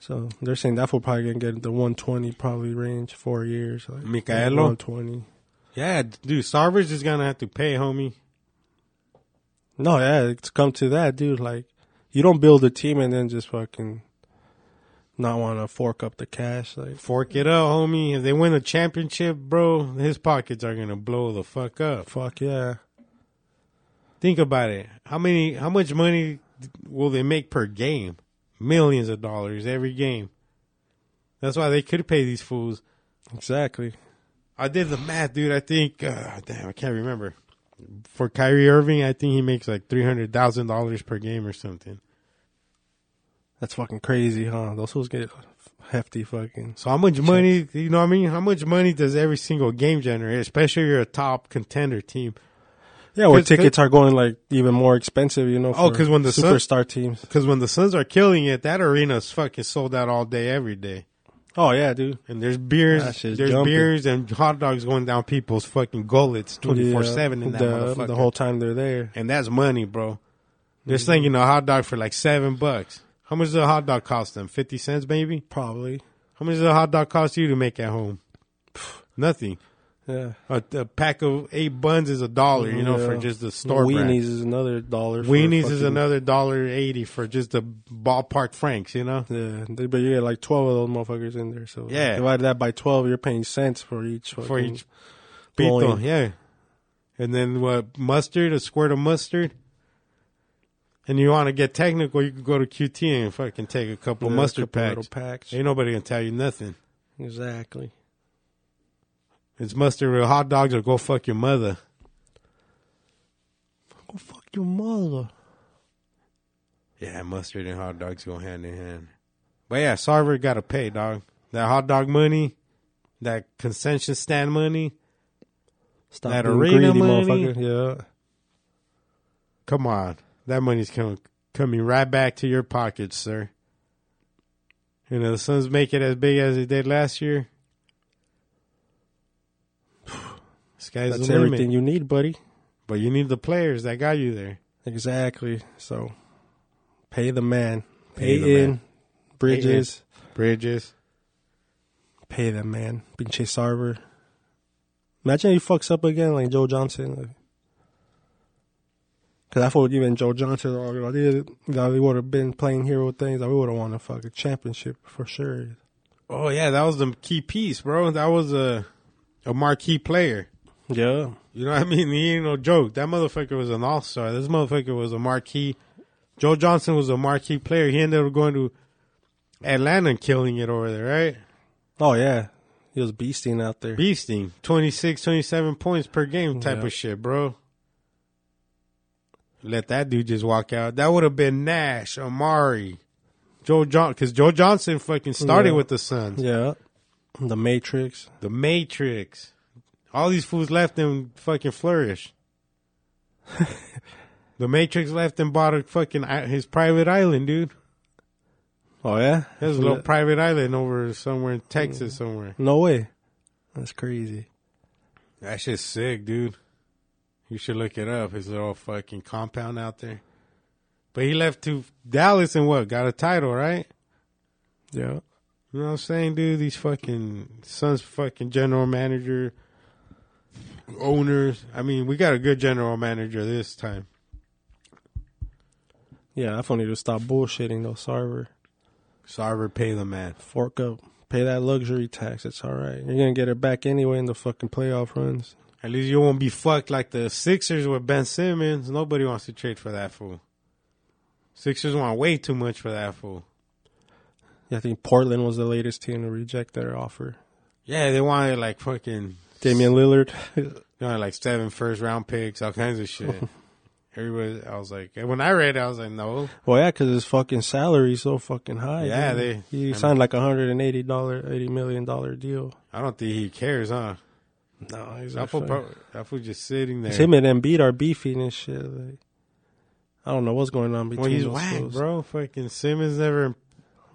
Speaker 2: So they're saying that will probably gonna get the 120 probably range, four years. Like
Speaker 1: Mikaelo?
Speaker 2: 120.
Speaker 1: Yeah, dude, Sarvers is gonna have to pay, homie.
Speaker 2: No, yeah, it's come to that, dude. Like, you don't build a team and then just fucking not want to fork up the cash. Like,
Speaker 1: Fork it up, homie. If they win the championship, bro, his pockets are gonna blow the fuck up.
Speaker 2: fuck yeah.
Speaker 1: Think about it. How many? How much money will they make per game? Millions of dollars every game. That's why they could pay these fools.
Speaker 2: Exactly.
Speaker 1: I did the math, dude. I think, uh, damn, I can't remember. For Kyrie Irving, I think he makes like three hundred thousand dollars per game or something.
Speaker 2: That's fucking crazy, huh? Those fools get hefty fucking.
Speaker 1: So how much money? You know what I mean? How much money does every single game generate? Especially if you're a top contender team.
Speaker 2: Yeah, where
Speaker 1: 'Cause- 'cause-
Speaker 2: tickets are going like even more expensive, you know.
Speaker 1: Oh,
Speaker 2: for
Speaker 1: 'cause when the Sun-
Speaker 2: superstar teams.
Speaker 1: Because when the Suns are killing it, that arena's fucking sold out all day, every day.
Speaker 2: Oh yeah, dude.
Speaker 1: And there's beers,
Speaker 2: That shit's
Speaker 1: there's
Speaker 2: jumping.
Speaker 1: beers and hot dogs going down people's fucking gullets twenty four seven in that
Speaker 2: uh, the,
Speaker 1: motherfucker.
Speaker 2: the whole Mm-hmm. time they're there.
Speaker 1: and that's money, bro. They're slinging a hot dog for like seven bucks. How much does a hot dog cost them? Fifty cents, maybe.
Speaker 2: Probably.
Speaker 1: How much does a hot dog cost you to make at home? Pff, Nothing.
Speaker 2: Yeah.
Speaker 1: A, a pack of eight buns is a dollar, you know, for
Speaker 2: Yeah.
Speaker 1: just the store
Speaker 2: Weenies
Speaker 1: brand.
Speaker 2: is another dollar. for
Speaker 1: Weenies is
Speaker 2: fucking-
Speaker 1: another dollar eighty for just the ballpark franks, you know.
Speaker 2: Yeah, they- but you get like twelve of those motherfuckers in there. So
Speaker 1: Yeah.
Speaker 2: divide that by twelve, you're paying cents for each.
Speaker 1: for
Speaker 2: fucking-
Speaker 1: each pito,
Speaker 2: blowing.
Speaker 1: yeah. And then what? Mustard, a squirt of mustard. And you want to get technical, you can go to QT and fucking take a couple
Speaker 2: Yeah,
Speaker 1: mustard
Speaker 2: couple
Speaker 1: packs.
Speaker 2: little packs.
Speaker 1: Ain't nobody gonna tell you nothing.
Speaker 2: Exactly.
Speaker 1: It's mustard with hot dogs or go fuck your mother.
Speaker 2: Go fuck your mother.
Speaker 1: Yeah, mustard and hot dogs go hand in hand. But yeah, Sarver got to pay, dog. That hot dog money, that concession stand money.
Speaker 2: Stop
Speaker 1: That
Speaker 2: being
Speaker 1: arena
Speaker 2: greedy,
Speaker 1: money.
Speaker 2: motherfucker. Yeah.
Speaker 1: Come on, that money's coming coming right back to your pockets, sir. You know the Suns make it as big as they did last year. Sky's
Speaker 2: That's
Speaker 1: the limit.
Speaker 2: everything you need, buddy.
Speaker 1: But you need the players that got you there.
Speaker 2: Exactly. So pay the man.
Speaker 1: Pay
Speaker 2: Pay
Speaker 1: the
Speaker 2: in
Speaker 1: man.
Speaker 2: Bridges.
Speaker 1: Bridges,
Speaker 2: Pay the man. Pinche Sarver. Imagine he fucks up again like Joe Johnson. Like, Cause I thought even Joe Johnson, or I did that we would have been playing hero things. That we would have won a fucking championship for sure.
Speaker 1: Oh yeah, that was the key piece, bro. That was a a marquee player.
Speaker 2: Yeah,
Speaker 1: You know what I mean? He ain't no joke. That motherfucker was an all star. This motherfucker was a marquee. Joe Johnson was a marquee player. He ended up going to Atlanta and killing it over there, right?
Speaker 2: Oh yeah, he was beasting out there.
Speaker 1: Beasting. 26, 27 points per game type
Speaker 2: Yeah.
Speaker 1: of shit, bro. Let that dude just walk out. That would have been Nash, Amari, Joe John, because Joe Johnson fucking started
Speaker 2: Yeah.
Speaker 1: with the Suns.
Speaker 2: yeah, the Matrix.
Speaker 1: The Matrix. All these fools left and fucking flourish. the Matrix left and bought a fucking i- his private island, dude.
Speaker 2: Oh yeah,
Speaker 1: There's a little private island over somewhere in Texas, somewhere.
Speaker 2: no way. That's crazy.
Speaker 1: That shit's sick, dude. You should look it up. His little fucking compound out there. But he left to Dallas and what? Got a title, right?
Speaker 2: Yeah,
Speaker 1: You know what I'm saying, dude? These fucking Suns fucking general manager owners. I mean, we got a good general manager this time.
Speaker 2: yeah. I need to stop bullshitting though. Sarver,
Speaker 1: Sarver pay the man.
Speaker 2: fork up, pay that luxury tax. It's all right. You're gonna get it back anyway in the fucking playoff runs.
Speaker 1: At least you won't be fucked like the Sixers with Ben Simmons. Nobody wants to trade for that fool. Sixers want way too much for that fool.
Speaker 2: Yeah, I think Portland was the latest team to reject their offer.
Speaker 1: Yeah, they wanted like fucking
Speaker 2: Damian Lillard.
Speaker 1: they wanted like seven first round picks, all kinds of shit. Everybody, I was like, when I read, it, I was like, no,
Speaker 2: well, yeah, because his fucking salary is so fucking high.
Speaker 1: Yeah,
Speaker 2: dude.
Speaker 1: they-
Speaker 2: he
Speaker 1: I
Speaker 2: signed like a hundred and eighty dollar, eighty million dollar deal.
Speaker 1: I don't think he cares, huh?
Speaker 2: No, he's
Speaker 1: That fool, pro- that fool just sitting there.
Speaker 2: It's him and Embiid are beefing and shit. Like, I don't know what's going on between
Speaker 1: well, he's
Speaker 2: those
Speaker 1: whack,
Speaker 2: fools.
Speaker 1: bro. Fucking Simmons never,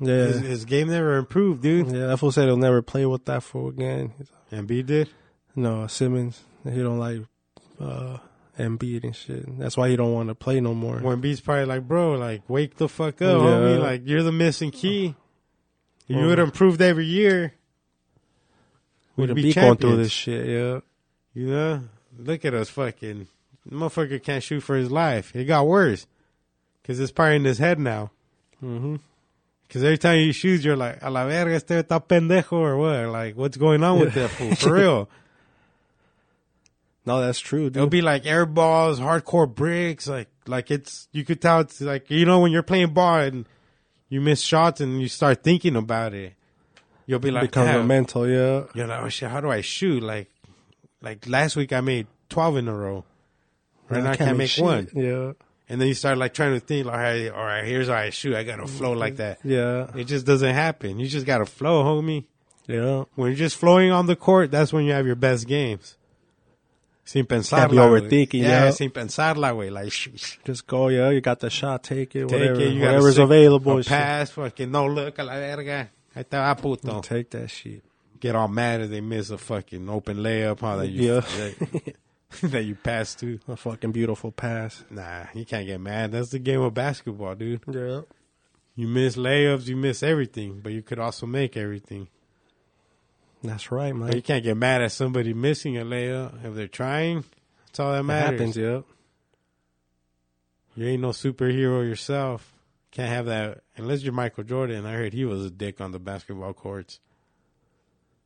Speaker 2: Yeah,
Speaker 1: his, his game never improved, dude.
Speaker 2: yeah. That fool said he'll never play with that fool again. He's-
Speaker 1: And B did.
Speaker 2: No, Simmons. He don't like uh, Embiid and shit. That's why he don't want to play no more.
Speaker 1: When B's probably like, bro, like wake the fuck up,
Speaker 2: Yeah. Oh.
Speaker 1: homie. Like you're the missing key. You
Speaker 2: Well-
Speaker 1: would have improved every year.
Speaker 2: We'd
Speaker 1: We'd be
Speaker 2: be going through
Speaker 1: champions.
Speaker 2: this shit. Yeah,
Speaker 1: You know, look at us, fucking motherfucker can't shoot for his life. It got worse because it's probably in his head now. Mm-hmm.
Speaker 2: Mhm.
Speaker 1: Because every time you shoot, you're like, a la verga, este está pendejo or what? Like, what's going on with that fool? For real.
Speaker 2: no, that's true, dude.
Speaker 1: It'll be like air balls, hardcore bricks, like like it's you could tell it's like you know when you're playing ball and you miss shots and you start thinking about it. You'll be like,
Speaker 2: Becomes a
Speaker 1: "Damn."
Speaker 2: mental. Yeah,
Speaker 1: you're like, oh shit, how do I shoot? Like like last week I made twelve in a row. Right now I can't make
Speaker 2: shit.
Speaker 1: one.
Speaker 2: Yeah,
Speaker 1: And then you start like trying to think, like, all right, all right, here's how I shoot. I gotta flow like that.
Speaker 2: yeah,
Speaker 1: It just doesn't happen. You just gotta flow, homie.
Speaker 2: yeah.
Speaker 1: When you're just flowing on the court, that's when you have your best games. Sin pensarla.
Speaker 2: be
Speaker 1: güey.
Speaker 2: overthinking,
Speaker 1: yeah.
Speaker 2: yeah.
Speaker 1: Sin pensarla, güey. Like, sh- sh-
Speaker 2: Just go. Yeah, you got the shot. Take it.
Speaker 1: take
Speaker 2: whatever,
Speaker 1: it. You got
Speaker 2: whatever's available.
Speaker 1: A
Speaker 2: and shit.
Speaker 1: pass, fucking no look, a la verga. I thought I puto.
Speaker 2: Take that shit.
Speaker 1: Get all mad if they miss a fucking open layup, huh? That you,
Speaker 2: Yeah.
Speaker 1: that, that you pass to.
Speaker 2: A fucking beautiful pass.
Speaker 1: Nah, you can't get mad. That's the game of basketball, dude.
Speaker 2: Yeah.
Speaker 1: You miss layups, you miss everything, but you could also make everything.
Speaker 2: That's right, man.
Speaker 1: But you can't get mad at somebody missing a layup if they're trying. That's all that
Speaker 2: It
Speaker 1: matters.
Speaker 2: happens, yeah.
Speaker 1: You ain't no superhero yourself. Can't have that unless you're Michael Jordan. I heard he was a dick on the basketball courts,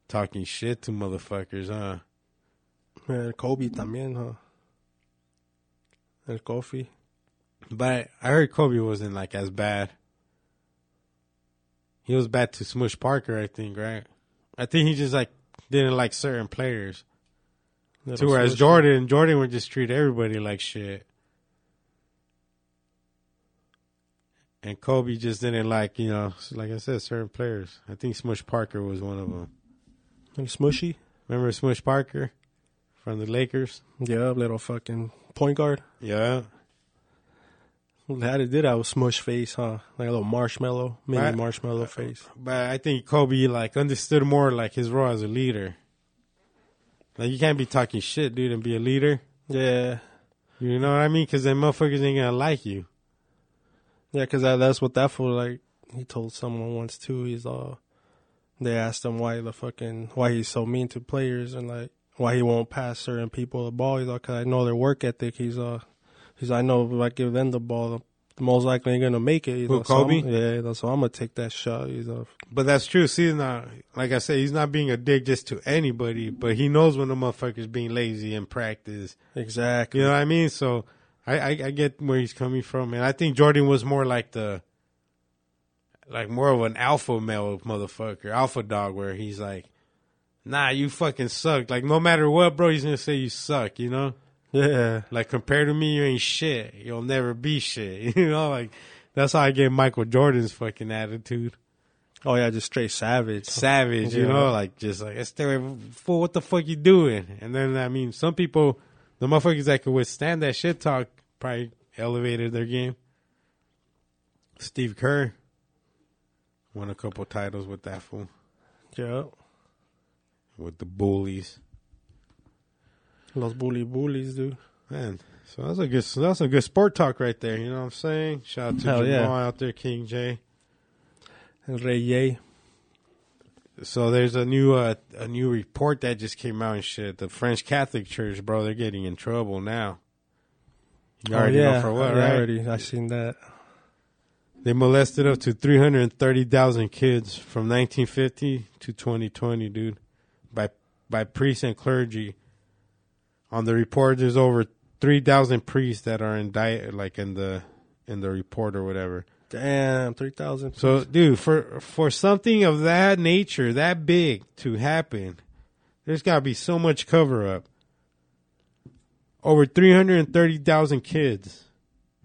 Speaker 1: talking shit to motherfuckers, huh?
Speaker 2: Man, Kobe también, huh? And Kofi.
Speaker 1: But I heard Kobe wasn't like as bad. He was bad to Smush Parker, I think, right? I think he just like didn't like certain players. To whereas Jordan, Jordan would just treat everybody like shit. And Kobe just didn't like, you know, like I said, certain players. I think Smush Parker was one of them.
Speaker 2: And Smushy.
Speaker 1: Remember Smush Parker from the Lakers?
Speaker 2: Yeah, little fucking point guard.
Speaker 1: Yeah.
Speaker 2: How they did that with smush face, huh? Like a little marshmallow, mini
Speaker 1: Right. Uh,
Speaker 2: marshmallow face.
Speaker 1: But I think Kobe like understood more like his role as a leader. Like you can't be talking shit, dude, and be a leader.
Speaker 2: Yeah.
Speaker 1: You know what I mean? Because then motherfuckers ain't gonna like you.
Speaker 2: Yeah, because that, that's what that fool, like, he told someone once too. He's all, they asked him why the fucking, why he's so mean to players and, like, why he won't pass certain people the ball. He's all, because I know their work ethic. He's all, he's I know if I give them the ball, the most likely ain't going to make it. He's
Speaker 1: Who,
Speaker 2: all, so I'm-
Speaker 1: Kobe?
Speaker 2: yeah, he's all, so I'm going to take that shot. He's all,
Speaker 1: But that's true. See, he's not like I said, he's not being a dick just to anybody. But he knows when the motherfuckers being lazy in practice.
Speaker 2: exactly.
Speaker 1: You know what I mean? So I, I, I get where he's coming from, and I think Jordan was more like the, like more of an alpha male motherfucker, alpha dog, where he's like, nah, you fucking suck. Like no matter what, bro, he's gonna say you suck. You know,
Speaker 2: Yeah.
Speaker 1: like compared to me, you ain't shit. You'll never be shit. You know, like that's how I get Michael Jordan's fucking attitude.
Speaker 2: Oh, yeah, just straight savage.
Speaker 1: Savage, you
Speaker 2: Yeah.
Speaker 1: know, like just like it's there fool, what the fuck you doing? And then I mean some people the motherfuckers that can withstand that shit talk probably elevated their game. Steve Kerr won a couple titles with that fool.
Speaker 2: yeah.
Speaker 1: With the bullies.
Speaker 2: Los bully bullies, dude.
Speaker 1: Man, so that's a good that's a good sport talk right there, you know what I'm saying? Shout out to
Speaker 2: Hell
Speaker 1: Jamal
Speaker 2: yeah.
Speaker 1: out there, King J.
Speaker 2: And Ray Ye.
Speaker 1: So there's a new uh, a new report that just came out and shit. The French Catholic Church, bro, they're getting in trouble now. You already know for what,
Speaker 2: I
Speaker 1: right?
Speaker 2: Oh, already, I seen that.
Speaker 1: They molested up to 330,000 kids from 1950 to 2020, dude, by by priests and clergy. On the report, there's over 3,000 priests that are indicted, like in the in the report or whatever.
Speaker 2: Damn, three thousand.
Speaker 1: So, dude, for for something of that nature, that big to happen, there's got to be so much cover up. Over 330,000 kids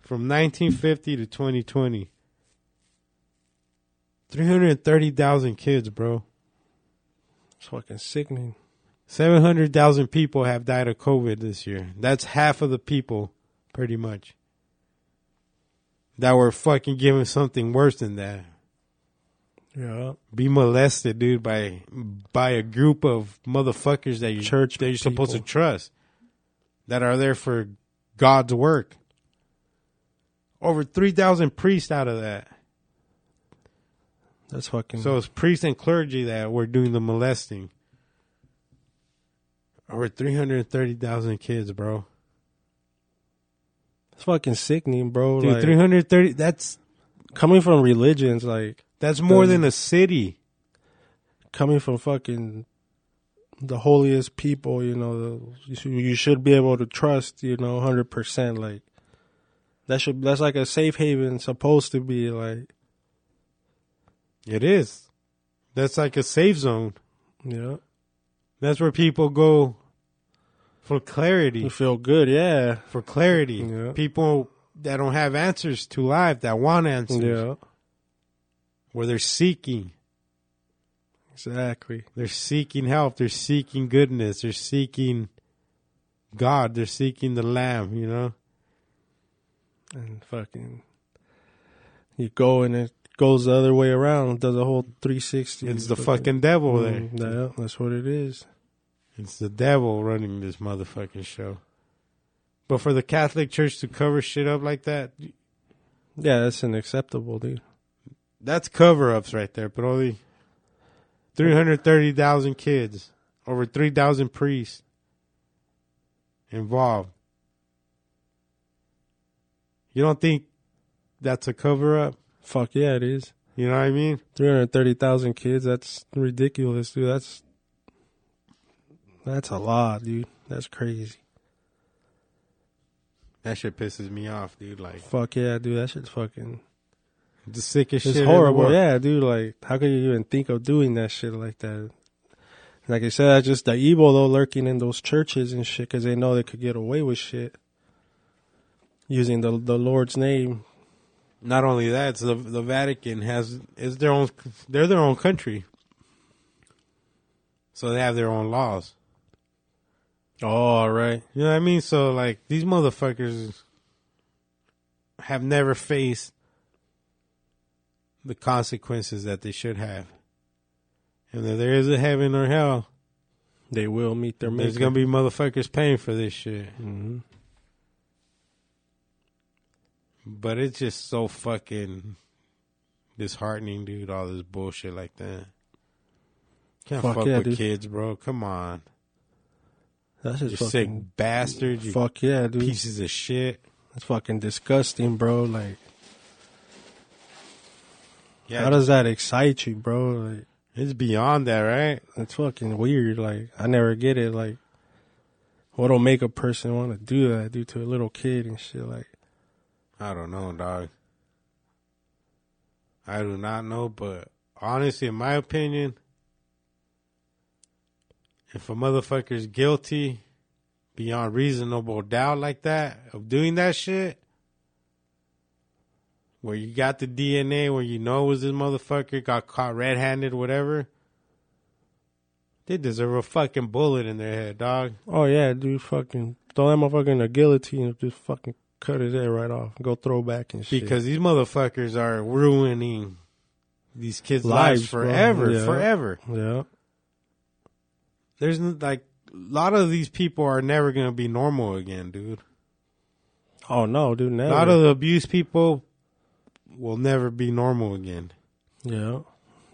Speaker 1: from 1950 to 2020. 330,000 kids, bro.
Speaker 2: It's fucking sickening.
Speaker 1: 700,000 people have died of COVID this year. That's half of the people, pretty much, that were fucking given something worse than that.
Speaker 2: Yeah.
Speaker 1: Be molested, dude, by by a group of motherfuckers that you
Speaker 2: Church
Speaker 1: that you're supposed to
Speaker 2: people.
Speaker 1: trust, that are there for God's work. Over three thousand priests out of that.
Speaker 2: That's fucking.
Speaker 1: So it's priests and clergy that were doing the molesting. Over 330,000 kids, bro.
Speaker 2: it's fucking sickening, bro.
Speaker 1: Dude,
Speaker 2: like
Speaker 1: 330 that's
Speaker 2: coming from religions, like
Speaker 1: that's more
Speaker 2: Doesn't-
Speaker 1: than a city.
Speaker 2: coming from fucking the holiest people, you know, you sh- you should be able to trust, you know, hundred percent. Like that should that's like a safe haven supposed to be. Like
Speaker 1: It is. That's like a safe zone.
Speaker 2: yeah,
Speaker 1: That's where people go for clarity.
Speaker 2: you feel good, yeah,
Speaker 1: For clarity.
Speaker 2: Yeah.
Speaker 1: People that don't have answers to life, that want answers,
Speaker 2: yeah,
Speaker 1: where they're seeking.
Speaker 2: exactly.
Speaker 1: They're seeking help. They're seeking goodness. They're seeking God. They're seeking the Lamb, you know?
Speaker 2: and fucking you go and it goes the other way around, does a whole 360.
Speaker 1: It's the fucking devil there.
Speaker 2: Mm, Yeah, that's what it is.
Speaker 1: It's the devil running this motherfucking show. But for the Catholic Church to cover shit up like that,
Speaker 2: Yeah, that's unacceptable, dude.
Speaker 1: that's cover ups right there. But only 330,000 kids, over 3,000 priests involved. You don't think that's a cover up?
Speaker 2: Fuck yeah, it is.
Speaker 1: You know what I mean?
Speaker 2: 330,000 kids, that's ridiculous, dude. That's that's a lot, dude. That's crazy.
Speaker 1: That shit pisses me off, dude. Like,
Speaker 2: Fuck yeah, dude. That shit's fucking.
Speaker 1: the sickest
Speaker 2: It's
Speaker 1: shit. in the
Speaker 2: horrible.
Speaker 1: world.
Speaker 2: Yeah, dude. Like, how could you even think of doing that shit like that? Like I said, that's just the evil though lurking in those churches and shit because they know they could get away with shit using the the Lord's name.
Speaker 1: not only that, it's the the Vatican has is their own they're their own country, so they have their own laws.
Speaker 2: Oh, right.
Speaker 1: You know what I mean? So like these motherfuckers have never faced the consequences that they should have, and if there is a heaven or hell,
Speaker 2: They will meet their
Speaker 1: there's gonna be motherfuckers paying for this shit.
Speaker 2: hmm
Speaker 1: But it's just so fucking disheartening, dude. All this bullshit like that. Can't
Speaker 2: Fuck
Speaker 1: fuck,
Speaker 2: yeah,
Speaker 1: with
Speaker 2: dude.
Speaker 1: kids, bro. Come on,
Speaker 2: That's
Speaker 1: you
Speaker 2: just
Speaker 1: sick
Speaker 2: fucking.
Speaker 1: bastards, you
Speaker 2: Fuck yeah, dude.
Speaker 1: pieces of shit.
Speaker 2: That's fucking disgusting, bro. Like,
Speaker 1: Yeah,
Speaker 2: how does that excite you, bro? Like,
Speaker 1: it's beyond that, right?
Speaker 2: it's fucking weird. Like, I never get it. Like, what'll make a person want to do that, dude, to a little kid and shit? Like.
Speaker 1: I don't know, dog. I do not know, but honestly, in my opinion, if a motherfucker's guilty beyond reasonable doubt like that of doing that shit, where you got the DNA, where you know it was this motherfucker, got caught red handed, whatever, they deserve a fucking bullet in their head, dog.
Speaker 2: Oh yeah, dude, fucking throw that motherfucker in a guillotine and just fucking cut his head right off. Go throw back and shit.
Speaker 1: because these motherfuckers are ruining these kids' lives,
Speaker 2: Lives, bro.
Speaker 1: forever,
Speaker 2: Yeah.
Speaker 1: forever.
Speaker 2: yeah,
Speaker 1: There's n- like a lot of these people are never gonna be normal again, dude.
Speaker 2: oh no, dude,
Speaker 1: A
Speaker 2: never.
Speaker 1: lot of the abused people will never be normal again.
Speaker 2: yeah,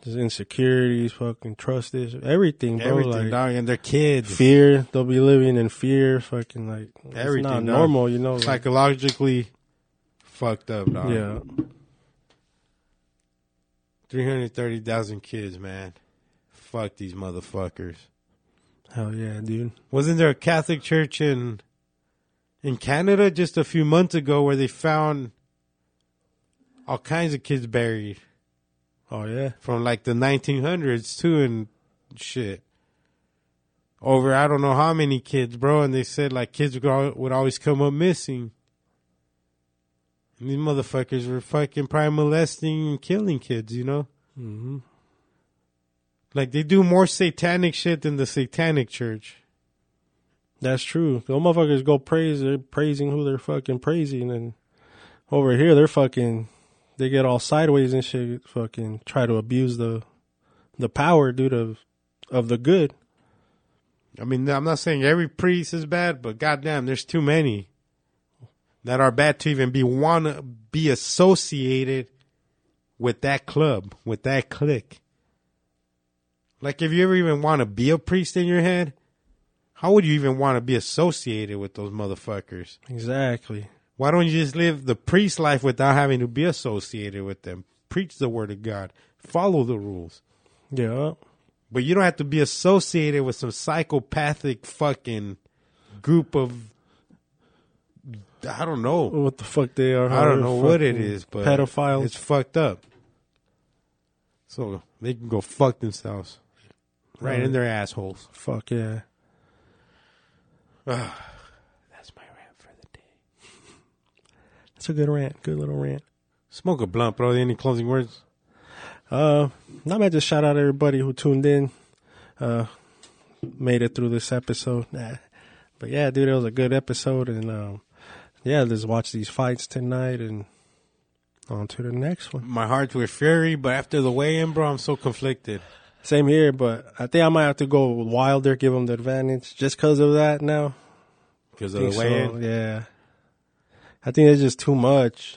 Speaker 2: just insecurities, fucking trust this, everything, bro.
Speaker 1: Everything,
Speaker 2: like
Speaker 1: dog, and their kids
Speaker 2: fear, they'll be living in fear, fucking like
Speaker 1: Everything,
Speaker 2: it's not
Speaker 1: dog.
Speaker 2: normal, you know. Like,
Speaker 1: psychologically fucked up, dog.
Speaker 2: yeah,
Speaker 1: three hundred thirty thousand kids, man. Fuck these motherfuckers.
Speaker 2: hell yeah, dude.
Speaker 1: Wasn't there a Catholic church in in Canada just a few months ago where they found all kinds of kids buried
Speaker 2: Oh yeah.
Speaker 1: from like the 1900s too and shit. Over I don't know how many kids, bro, and they said like kids would al- would always come up missing. And these motherfuckers were fucking probably molesting and killing kids, you know?
Speaker 2: hmm
Speaker 1: Like they do more satanic shit than the satanic church.
Speaker 2: That's true. Those motherfuckers go praise they're praising who they're fucking praising, and over here they're fucking they get all sideways and shit. Fucking try to abuse the the power due to of the good.
Speaker 1: I mean, I'm not saying every priest is bad, but goddamn, there's too many that are bad to even be wanna be associated with that club, with that clique. Like, if you ever even want to be a priest in your head, how would you even want to be associated with those motherfuckers?
Speaker 2: Exactly.
Speaker 1: Why don't you just live the priest life without having to be associated with them? Preach the word of God, follow the rules.
Speaker 2: Yeah.
Speaker 1: But you don't have to be associated with some psychopathic fucking group of I don't know.
Speaker 2: What the fuck they are?
Speaker 1: I don't know what it
Speaker 2: Fucking
Speaker 1: is, but
Speaker 2: pedophiles.
Speaker 1: It's fucked up. So they can go fuck themselves. Right in their assholes.
Speaker 2: fuck yeah.
Speaker 1: That's my rant for the day.
Speaker 2: That's a good rant. Good little rant.
Speaker 1: Smoke a blunt, bro. Any closing words?
Speaker 2: Uh, I'm gonna just shout out everybody who tuned in, uh, made it through this episode. Nah. But yeah, dude, it was a good episode, and um, yeah, just watch these fights tonight, and on to the next one.
Speaker 1: My heart's with fury, but after the weigh in, bro, I'm so conflicted.
Speaker 2: Same here, but I think I might have to go with Wilder, give him the advantage, just because of that. Now,
Speaker 1: Because
Speaker 2: I
Speaker 1: of
Speaker 2: think
Speaker 1: the
Speaker 2: so,
Speaker 1: weigh in.
Speaker 2: yeah, I think it's just too much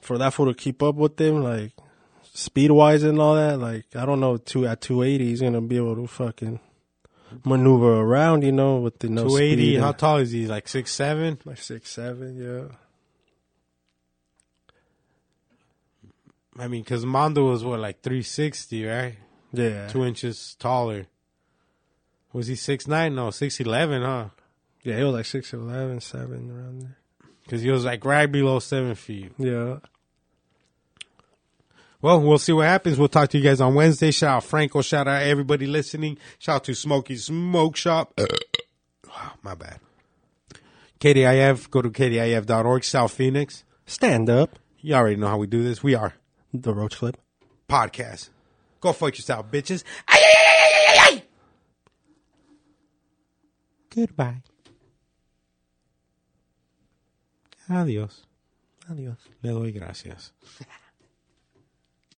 Speaker 2: for that fool to keep up with them, like speed wise and all that. Like I don't know, two at two eighty, he's gonna be able to fucking maneuver around, you know, with the no
Speaker 1: Two eighty,
Speaker 2: speed and-
Speaker 1: how tall is he? Like six seven?
Speaker 2: like six seven, yeah.
Speaker 1: I mean, because Mondo was what, like three sixty, right?
Speaker 2: Yeah,
Speaker 1: two inches taller. Was he six nine? No, six eleven, huh?
Speaker 2: yeah, he was like six eleven, seven around there.
Speaker 1: Because he was like right below seven feet.
Speaker 2: Yeah,
Speaker 1: Well, we'll see what happens. We'll talk to you guys on Wednesday. Shout out Franco. Shout out everybody listening. Shout out to Smokey Smoke Shop. Wow, My bad. KDIF. Go to KDIF.org. South Phoenix.
Speaker 2: stand up,
Speaker 1: You already know how we do this. We are
Speaker 2: the roach flip.
Speaker 1: podcast. Go fuck yourself, bitches. Goodbye. Adios.
Speaker 2: Adios.
Speaker 1: Le doy gracias.